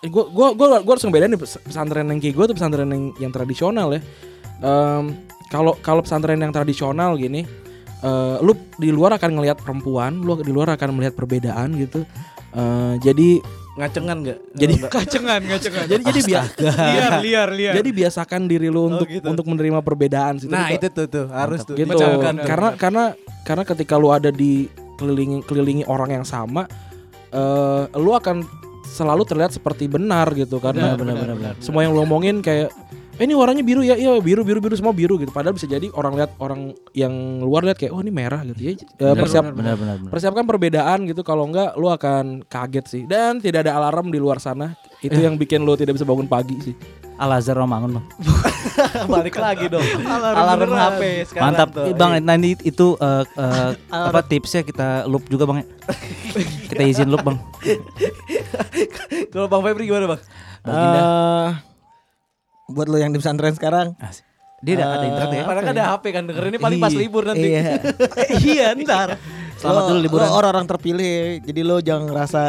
gue gua gua gua harus ngebedain nih pes- pesantren yang kayak gue tuh pesantren yang yang tradisional ya. Em, Kalau kalau pesantren yang tradisional gini, eh, lu di luar akan ngelihat perempuan, lu di luar akan melihat perbedaan gitu. Eh, jadi
Ngacengan enggak?
jadi
Kacengan, kacengan.
jadi jadi biar
liar, liar, liar.
jadi biasakan diri lu untuk
gitu.
untuk menerima perbedaan sih.
Nah, itu
Tapi
tuh tuh harus tuh.
gitu
dipecahkan.
karena karena karena ketika lu ada di kelilingi kelilingi orang yang sama eh lu akan selalu terlihat seperti benar gitu karena semua yang lu omongin kayak "Eh, ini warnanya biru ya iya biru biru biru semua biru gitu padahal bisa jadi orang lihat orang yang luar lihat kayak oh ini merah gitu ya Eh, persiap
benar
persiapkan perbedaan gitu kalau enggak lu akan kaget sih dan tidak ada alarm di luar sana itu yang bikin lu tidak bisa bangun pagi sih
Al Azhar Romangun bang.
balik lagi dong. Alarm, HP sekarang.
Mantap
tuh. Iya.
Eh, bang. Nanti itu eh, eh, apa tipsnya kita loop juga bang ya. Kita izin loop bang.
Kalau Bang Febri gimana, Bang?
Baginda.
Eh, buat lo yang di pesantren sekarang.
Asik. Dia udah ada internet ya.
Padahal kan ada HP kan dengerin ini paling pas libur nanti.
Iya.
iya, ntar.
Selamat
Lo-
dulu liburan.
Lo orang-orang terpilih, jadi lo jangan ngerasa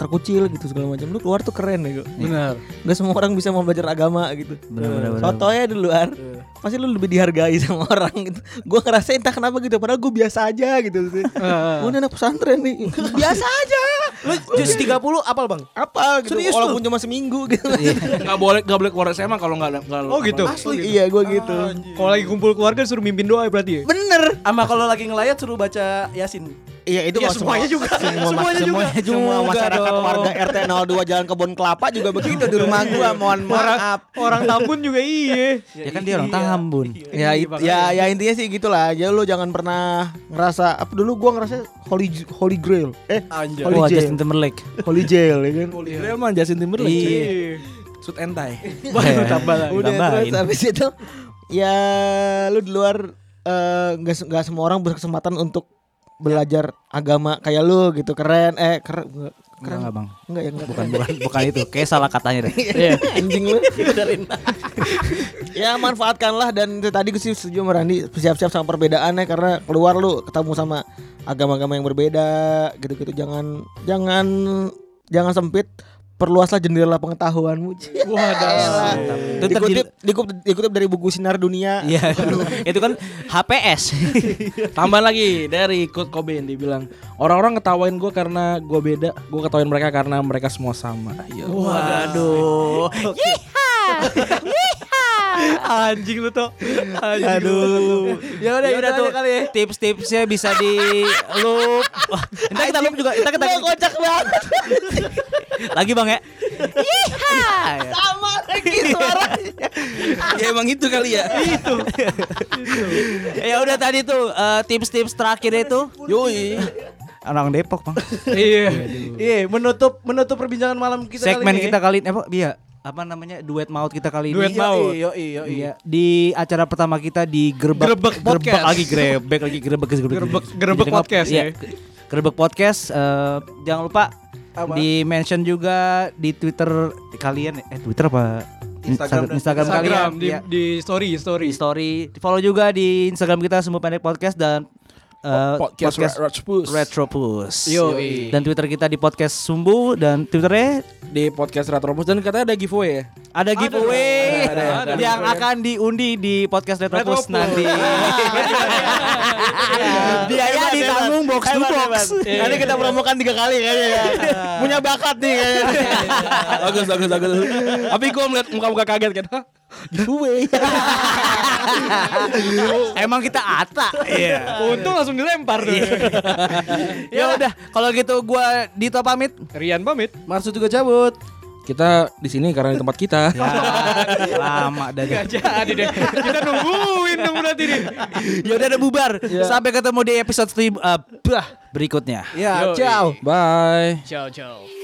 terkucil gitu segala macam. Lu keluar tuh keren ya.
Iya.
Benar.
Gak semua orang bisa mau belajar agama gitu.
Bener, bener, bener.
Sotoy di luar.
Iya.
Pasti lu lebih dihargai sama orang gitu. Gua ngerasain entah kenapa gitu. Padahal gue biasa aja gitu.
Ah,
Gue anak pesantren nih. biasa aja.
Lu jus 30 apal, Bang?
Apa gitu.
Serius lu? Iya.
Walaupun cuma seminggu gitu.
nggak boleh nggak boleh keluar SMA kalau nggak ada nggak
Oh gitu. Ah,
Asli iya gue gitu.
Kalau lagi kumpul keluarga suruh mimpin doa ya berarti ya?
Bener.
Sama kalau lagi ngelayat suruh baca Yasin.
Iya itu kalau
Ya
semua-
semuanya juga.
semua,
Semuanya juga.
semuanya juga. Semua masyarakat warga RT 02 Jalan Kebun Kelapa juga begitu di rumah gua. Mohon maaf.
Orang Tambun juga iya.
Ya kan dia orang Tambun.
Ya, it- ya, ya intinya sih gitulah. Ya lu jangan pernah ngerasa apa dulu gua ngerasa holy j- holy grail. Eh,
Anjay.
holy
Wah
jail.
Justin Timberlake.
Holy jail ya kan.
Dia mah Justin Timberlake.
Iya.
Suit and tie.
Baru tambah
Udah terus habis itu ya lu di luar eh, nggak se- nggak semua orang berkesempatan untuk belajar agama kayak lu gitu keren eh keren nggak, keren
Enggak bang.
enggak ya enggak
Iya. Bukan bukan bukan itu. Kayak salah katanya deh.
anjing lu ya manfaatkanlah dan itu tadi gue sih setuju sama Randi siap-siap sama perbedaannya karena keluar lu ketemu sama agama-agama yang berbeda gitu-gitu jangan jangan jangan sempit perluaslah jendela pengetahuanmu
Waduh.
Itu ntar
dikutip, dikutip dikutip dari buku sinar dunia
Iya. itu kan HPS.
Tambah lagi dari Kurt Cobain dibilang orang-orang ketawain gue karena gue beda, gue ketawain mereka karena mereka semua sama. Iya.
Waduh.
Anjing lu tuh. Anjing Aduh.
Ya udah,
Ya udah tuh tips-tipsnya bisa di loop. Entar kita loop juga. Entar kita
Gua kocak banget
lagi bang ya. Iya.
Sama lagi suaranya.
ya emang itu kali ya.
ya udah tadi tuh eh, tips-tips terakhir itu.
Yoi.
Orang Depok, Bang.
Iya.
Iya, menutup menutup perbincangan malam kita
Segmen
kali ini. ya.
kita kali ini apa? Iya, apa namanya? Duet maut kita kali ini.
Duet
Iya,
maut.
Iya, iya, iya. Di acara pertama kita di Gerbek
Gerbek Podcast.
lagi Gerbek lagi Gerbek Gerbek.
Gerbek- Gerbek
Jadi,
Podcast,
iya.
ya.
Gerbek Podcast eh, jangan lupa di mention juga di Twitter kalian eh Twitter apa Instagram, Instagram,
Instagram
kalian
di,
iya.
di story story.
di story di follow juga di Instagram kita semua pendek podcast dan eh,
Podcast, Ra- Rajpus.
Retropus.
Yoi.
Dan Twitter kita di podcast Sumbu dan Twitternya
di podcast Retrobus dan katanya ada giveaway ya.
ada giveaway
Ada, ada, ada, ada.
yang akan diundi di podcast Retropus
Retropus.
nanti. Biaya
Iya. Hebat,
ditanggung box to box. Iya.
Nanti kita promokan tiga kali kayaknya ya. Punya bakat nih kayaknya.
bagus bagus bagus. Tapi gua melihat muka-muka kaget kan. "Hah? Giveaway.
Emang kita ata.
Untung langsung dilempar.
Iya. Ya udah, kalau gitu gua Dito pamit.
Rian pamit.
Maksud juga cabut.
kita di sini karena di tempat kita.
Iya. Lama dah.
Iya.
Gak jadi deh. Kita nungguin dong berarti nih.
Ya udah udah bubar.
Iya.
Sampai ketemu di episode stream, eh, bah, berikutnya.
Ya,
Yoi.
ciao.
Bye.
Ciao ciao.